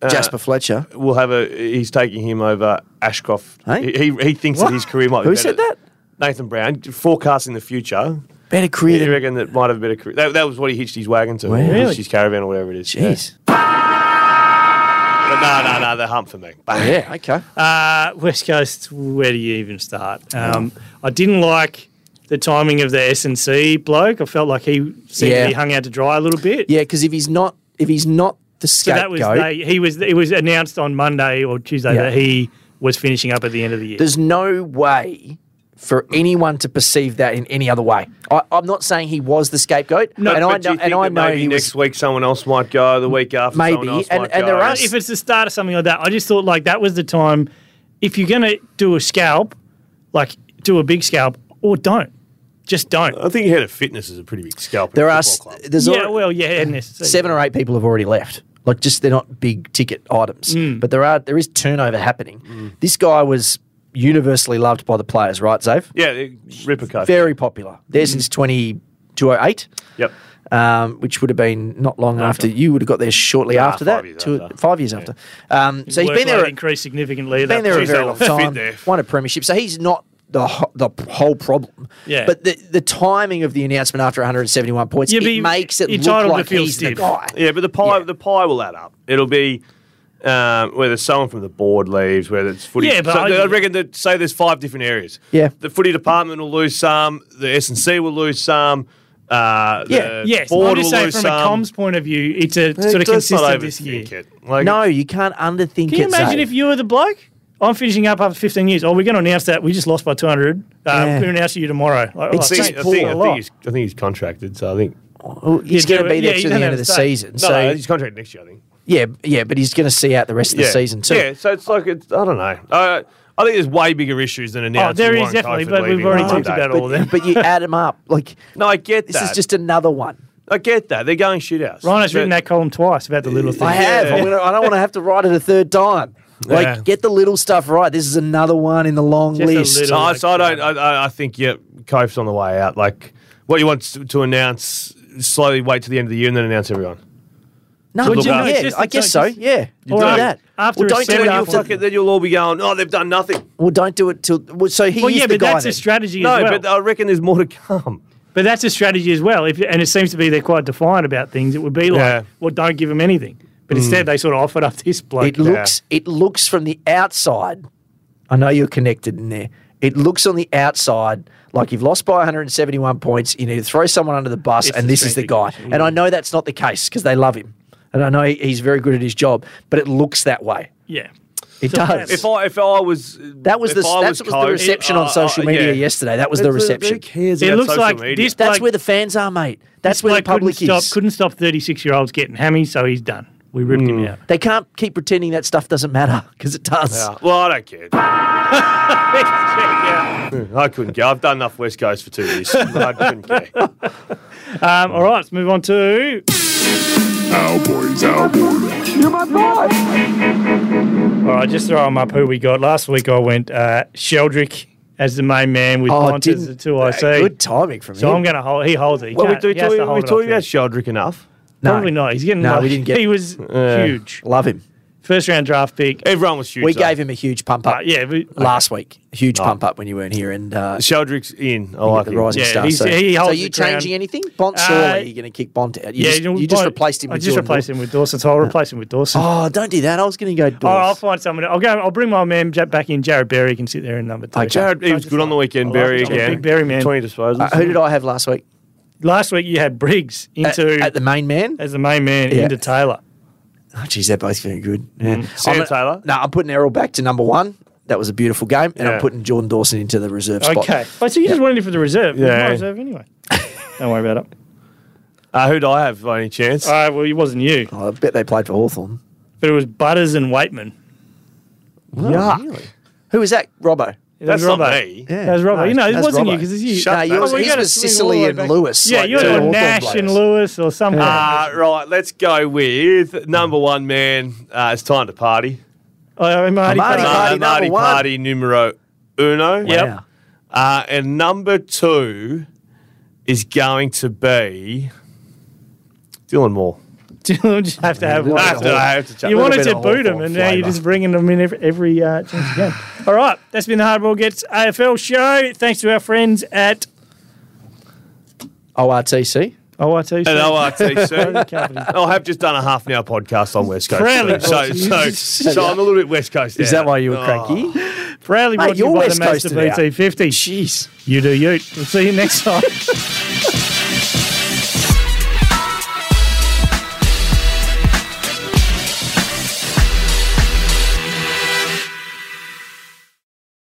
Speaker 3: Uh,
Speaker 2: Jasper Fletcher.
Speaker 3: will have a. He's taking him over Ashcroft.
Speaker 2: Hey?
Speaker 3: He, he he thinks
Speaker 2: What?
Speaker 3: that his career might. be
Speaker 2: Who
Speaker 3: oh, better.
Speaker 2: said that?
Speaker 3: Nathan Brown forecasting the future.
Speaker 2: Better career
Speaker 3: You
Speaker 2: than.
Speaker 3: reckon that might have a better career. That, that was what he hitched his wagon to.
Speaker 2: Wow.
Speaker 3: Or
Speaker 2: Really?
Speaker 3: Hitched his caravan or whatever it is. Yeah.
Speaker 2: Jeez.
Speaker 3: But no, no, no. They hump for me. Bang.
Speaker 2: Yeah. Okay.
Speaker 1: Uh, West Coast, where do you even start? Um, I didn't like the timing of the S&C bloke. I felt like he seemed
Speaker 2: Yeah.
Speaker 1: to be hung out to dry a little bit.
Speaker 2: Yeah, because if he's not, if he's not the
Speaker 1: So
Speaker 2: scapegoat,
Speaker 1: that was they, he was it was announced on Monday or Tuesday
Speaker 2: Yeah.
Speaker 1: that he was finishing up at the end of the year.
Speaker 2: there's no way for anyone to perceive that in any other way. I, I'm not saying he was the scapegoat,
Speaker 3: But-
Speaker 2: and I
Speaker 3: but do
Speaker 2: know,
Speaker 3: you
Speaker 2: and
Speaker 3: think
Speaker 2: I
Speaker 3: that
Speaker 2: know
Speaker 3: maybe
Speaker 2: he was.
Speaker 3: next week someone else might go. The week after
Speaker 2: Maybe,
Speaker 3: someone else
Speaker 2: and-
Speaker 3: might
Speaker 2: and
Speaker 3: go.
Speaker 2: there are-
Speaker 1: if it's the start of something like that, I just thought like that was the time. If you're gonna do a scalp, like do a big scalp or don't. Just don't.
Speaker 3: I think head of fitness is a pretty big scalp. in
Speaker 2: There
Speaker 3: a
Speaker 2: are s-
Speaker 3: football club.
Speaker 2: there's
Speaker 1: yeah,
Speaker 2: alre-
Speaker 1: well, yeah, and uh, this-
Speaker 2: seven or eight people have already left. Like just they're not big ticket items,
Speaker 3: Mm.
Speaker 2: but there are there is turnover happening. This guy was universally loved by the players, right, Zave?
Speaker 3: yeah, they- Ripper cut.
Speaker 2: Very popular. There since 2208,
Speaker 3: Yep.
Speaker 2: um, which would have been not long after you would have got there shortly after
Speaker 3: five
Speaker 2: that,
Speaker 3: years
Speaker 2: two,
Speaker 3: after.
Speaker 2: five years after. Um, so he's
Speaker 1: workload
Speaker 2: been there.
Speaker 1: increased significantly. at that
Speaker 2: been there a
Speaker 1: point.
Speaker 2: very
Speaker 3: all
Speaker 2: long
Speaker 3: fit
Speaker 2: time.
Speaker 3: there.
Speaker 2: Won a premiership, so he's not the ho- the whole problem.
Speaker 1: Yeah.
Speaker 2: But the the timing of the announcement after 171 points
Speaker 1: Yeah, but
Speaker 2: it
Speaker 1: you-
Speaker 2: makes it
Speaker 1: you're
Speaker 2: look
Speaker 1: entitled to
Speaker 2: like
Speaker 1: feel
Speaker 2: he's
Speaker 1: stiff.
Speaker 2: the guy.
Speaker 3: Yeah, but the pie
Speaker 2: Yeah.
Speaker 3: the pie will add up. It'll be um, whether someone from the board leaves, whether it's footy.
Speaker 1: Yeah, but
Speaker 3: so
Speaker 1: I-
Speaker 3: I, reckon that say there's five different areas.
Speaker 2: Yeah.
Speaker 3: the footy department will lose some. The S and C will lose some. Uh, the
Speaker 2: Yeah,
Speaker 1: Yes, I'm
Speaker 3: board
Speaker 1: just
Speaker 3: will
Speaker 1: saying
Speaker 3: lose
Speaker 1: from a
Speaker 2: um,
Speaker 3: some.
Speaker 1: comms point of view, it's a
Speaker 3: Let's
Speaker 1: sort of
Speaker 3: not
Speaker 1: consistent this year.
Speaker 3: overthink it. Like,
Speaker 2: No, you can't
Speaker 1: Can
Speaker 2: underthink
Speaker 1: you
Speaker 2: it.
Speaker 1: imagine
Speaker 2: Zane.
Speaker 1: if you were the bloke? I'm finishing up after 15 years. Oh, we're going to announce that we just lost by 200. Um,
Speaker 2: Yeah.
Speaker 1: We're going to announce to you tomorrow. Like,
Speaker 3: I
Speaker 1: oh,
Speaker 3: think,
Speaker 2: just
Speaker 3: I,
Speaker 2: poor.
Speaker 3: think, I,
Speaker 1: lot.
Speaker 3: think he's, I think he's contracted, so I think
Speaker 2: Well, he's
Speaker 1: Yeah,
Speaker 2: going to
Speaker 1: do
Speaker 2: be
Speaker 1: it.
Speaker 2: there
Speaker 1: Yeah,
Speaker 2: to
Speaker 1: you
Speaker 2: the
Speaker 1: don't
Speaker 2: end of
Speaker 1: have to
Speaker 2: the
Speaker 1: say.
Speaker 2: season.
Speaker 3: no,
Speaker 2: so
Speaker 3: he's contracted next year. I think.
Speaker 2: yeah, yeah, but he's going to see out the rest of the season too.
Speaker 3: Yeah, so it's like it's, I don't know. Uh, I think there's way bigger issues than announcing.
Speaker 1: Oh, there is
Speaker 3: Warren
Speaker 1: definitely,
Speaker 3: Coford
Speaker 1: but we've
Speaker 3: leaving
Speaker 1: already
Speaker 3: one
Speaker 1: talked
Speaker 3: day.
Speaker 1: about
Speaker 2: but,
Speaker 1: all of them.
Speaker 2: but you add him up, like
Speaker 3: No, I get
Speaker 2: this
Speaker 3: that.
Speaker 2: is just another one.
Speaker 3: I get that. They're going shit house.
Speaker 1: Rhino's written
Speaker 3: But-
Speaker 1: that column twice about the little things.
Speaker 2: I have. I'm gonna, I don't want to have to write it a third time. Like,
Speaker 3: Yeah.
Speaker 2: get the little stuff right. This is another one in the long
Speaker 1: Just a
Speaker 2: list.
Speaker 1: little-
Speaker 3: No,
Speaker 1: like,
Speaker 3: so I don't. I, I- I think yeah, Cope's on the way out. Like what you want to, to announce, slowly wait to the end of the year and then announce everyone.
Speaker 2: No,
Speaker 1: Would
Speaker 3: you
Speaker 2: yeah,
Speaker 3: know,
Speaker 1: it's just-
Speaker 2: I guess
Speaker 1: it's
Speaker 2: so.
Speaker 1: like-
Speaker 2: Yeah,
Speaker 1: Or
Speaker 2: do
Speaker 1: after-
Speaker 2: that.
Speaker 1: after
Speaker 2: well,
Speaker 1: a
Speaker 2: don't do
Speaker 1: seven-
Speaker 2: it
Speaker 3: Then
Speaker 1: Yeah,
Speaker 3: you'll,
Speaker 1: after-
Speaker 3: fucking, then you'll all be going, oh, they've done nothing.
Speaker 2: Well, don't do it till. Well, so he
Speaker 1: Well,
Speaker 2: is
Speaker 1: yeah, but
Speaker 2: the guy.
Speaker 1: that's
Speaker 2: then.
Speaker 1: a strategy
Speaker 3: No,
Speaker 1: as well.
Speaker 3: but
Speaker 2: uh,
Speaker 3: I reckon there's more to come.
Speaker 1: But that's a strategy as well. If, and it seems to be they're quite defiant about things. It would be like,
Speaker 3: Yeah.
Speaker 1: well, don't give them anything. But instead, they sort of offered up this bloke.
Speaker 2: Hmm. It looks. It looks from the outside. I know you're connected in there. It looks on the outside like you've lost by 171 points. You need to throw someone under the bus,
Speaker 1: It's
Speaker 2: and
Speaker 1: the
Speaker 2: this is the
Speaker 1: strength
Speaker 2: guy.
Speaker 1: and
Speaker 2: And I know that's not the case because they love him, and I know he- he's very good at his job. But it looks that way.
Speaker 1: yeah.
Speaker 2: It
Speaker 1: So
Speaker 2: does.
Speaker 3: If I if I was
Speaker 2: that was the
Speaker 3: if I
Speaker 2: that was the
Speaker 3: Cope,
Speaker 2: reception
Speaker 3: I-
Speaker 1: uh,
Speaker 2: on social
Speaker 3: I-
Speaker 2: media
Speaker 3: yeah.
Speaker 2: yesterday. That was
Speaker 3: It's-
Speaker 2: the
Speaker 3: who
Speaker 2: reception.
Speaker 3: cares
Speaker 1: It
Speaker 3: about
Speaker 1: looks
Speaker 3: social
Speaker 1: like
Speaker 3: media?
Speaker 1: this-
Speaker 2: That's
Speaker 1: Like-
Speaker 2: where the fans are, mate. That's where
Speaker 1: Bloke
Speaker 2: the public
Speaker 1: couldn't stop,
Speaker 2: is.
Speaker 1: couldn't stop 36 year olds getting hammies, so he's done. We ripped him out.
Speaker 2: They can't keep pretending that stuff doesn't matter because it does.
Speaker 3: Yeah. Well, I don't care. I couldn't care. I've done enough West Coast for two years. I couldn't care.
Speaker 1: Um, all right, let's move on to
Speaker 4: Cowboys, Cowboys. You're my boy.
Speaker 1: All right, just throw them up who we got. Last week I went uh, Sheldrick as the main man with
Speaker 2: Oh,
Speaker 1: Pontus
Speaker 2: didn't
Speaker 1: as the two IC.
Speaker 2: Good timing from
Speaker 1: so I'm
Speaker 2: him.
Speaker 1: going to hold. He holds it. He
Speaker 3: Well, we
Speaker 1: can't-
Speaker 3: do.
Speaker 1: he has to
Speaker 3: We,
Speaker 1: hold
Speaker 3: we
Speaker 1: it off
Speaker 3: talking
Speaker 1: there.
Speaker 3: about Sheldrick enough.
Speaker 2: No.
Speaker 1: Probably not. He's getting.
Speaker 2: No,
Speaker 1: like-
Speaker 2: we didn't get-
Speaker 1: He was huge.
Speaker 2: Love him.
Speaker 1: First round draft pick.
Speaker 3: Everyone was huge.
Speaker 2: We
Speaker 3: though.
Speaker 2: gave him a huge pump up.
Speaker 1: Uh, yeah, we,
Speaker 2: Last week, A huge pump up when you weren't here, and uh,
Speaker 3: Sheldrick's in. I like
Speaker 2: the
Speaker 3: him.
Speaker 2: rising
Speaker 1: Yeah,
Speaker 2: star.
Speaker 1: he's-
Speaker 2: So,
Speaker 1: he
Speaker 2: so
Speaker 1: holds
Speaker 2: you
Speaker 1: the crown.
Speaker 2: changing anything? Bont
Speaker 1: Uh,
Speaker 2: surely you're going to kick Bont out. You,
Speaker 1: yeah,
Speaker 2: just,
Speaker 1: know,
Speaker 2: you just
Speaker 1: I-
Speaker 2: replaced him.
Speaker 1: I
Speaker 2: With
Speaker 1: just
Speaker 2: Jordan
Speaker 1: replaced
Speaker 2: Moore.
Speaker 1: him with Dawson. So I'll replace him with Dawson.
Speaker 2: Oh, don't do that. I was going to go. Dawes. Uh,
Speaker 1: All right, I'll find someone. I'll go. I'll bring my man Ja- back in. Jared Berry can sit there in number two.
Speaker 2: Okay.
Speaker 3: Jared, he was good on the weekend. Barry
Speaker 1: him.
Speaker 3: again.
Speaker 1: Big Barry man.
Speaker 3: Twenty disposals.
Speaker 2: Uh, who did I have last week?
Speaker 1: Last week you had Briggs
Speaker 2: At,
Speaker 1: into
Speaker 2: at the main man.
Speaker 1: as the main man
Speaker 2: Yeah.
Speaker 1: into Taylor.
Speaker 2: Oh, geez, they're both very good. Yeah.
Speaker 1: Mm-hmm.
Speaker 3: Sam
Speaker 2: I'm-
Speaker 3: Taylor?
Speaker 2: No, I'm putting Errol back to number one. That was a beautiful game, and
Speaker 3: Yeah.
Speaker 2: I'm putting Jordan Dawson into the reserve spot.
Speaker 1: Okay. Oh, so you just wanted him for the reserve. Yeah.
Speaker 3: Yeah.
Speaker 1: reserve anyway. Don't worry about it.
Speaker 3: Uh, who did I have by any chance?
Speaker 1: All right. Well, it wasn't you,
Speaker 2: Oh, I bet they played for Hawthorn.
Speaker 1: but it was Butters and Waitman.
Speaker 2: Yuck. Who is that? Robbo.
Speaker 1: It
Speaker 3: That's
Speaker 1: was
Speaker 3: not
Speaker 1: Robbo.
Speaker 3: me.
Speaker 2: Yeah.
Speaker 1: That was Robbo. you know, it
Speaker 2: that's
Speaker 1: wasn't you
Speaker 2: Robbo.
Speaker 1: because it's you.
Speaker 2: no,
Speaker 3: Shut
Speaker 2: yours,
Speaker 3: up.
Speaker 2: his
Speaker 1: gotta
Speaker 2: was
Speaker 1: swing all
Speaker 2: Sicily
Speaker 1: the way
Speaker 2: and
Speaker 1: back.
Speaker 2: Lewis.
Speaker 1: Yeah,
Speaker 2: like
Speaker 1: you
Speaker 2: two
Speaker 1: were
Speaker 2: Hawthorn
Speaker 1: Nash and
Speaker 2: players.
Speaker 1: Lewis or something.
Speaker 3: Uh, right, let's go with number one man. Uh, it's time to party.
Speaker 1: Oh, Marty,
Speaker 2: Marty
Speaker 1: Party.
Speaker 2: Party
Speaker 3: Uh, Marty
Speaker 2: number one.
Speaker 3: Party numero uno.
Speaker 2: Wow.
Speaker 3: Uh, and number two is going to be Dylan Moore.
Speaker 1: You'll just have to have
Speaker 2: Little
Speaker 1: one.
Speaker 3: I have to, I have to check.
Speaker 1: You
Speaker 2: Little
Speaker 1: wanted
Speaker 2: bit
Speaker 1: to
Speaker 2: of
Speaker 1: boot them,
Speaker 2: Hawthorn
Speaker 1: and now you're
Speaker 2: flavour.
Speaker 1: just bringing them in every, every uh, chance again. All right, that's been the Hardball Gets AFL show. Thanks to our friends at
Speaker 2: Oh, ORTC.
Speaker 1: OIT.
Speaker 3: and ORTC.
Speaker 1: Company.
Speaker 3: I have just done a half an hour podcast on West Coast.
Speaker 1: Proudly
Speaker 3: so, so,
Speaker 1: brought
Speaker 3: so, I'm a little bit West Coast. Oh,
Speaker 2: Is that why you were
Speaker 1: Oh.
Speaker 2: cranky?
Speaker 1: Proudly
Speaker 2: Mate,
Speaker 1: brought to
Speaker 2: you're
Speaker 1: you by the E
Speaker 2: West Coast
Speaker 1: Master
Speaker 2: today.
Speaker 1: BT50.
Speaker 2: Jeez.
Speaker 1: You do you. We'll see you next time.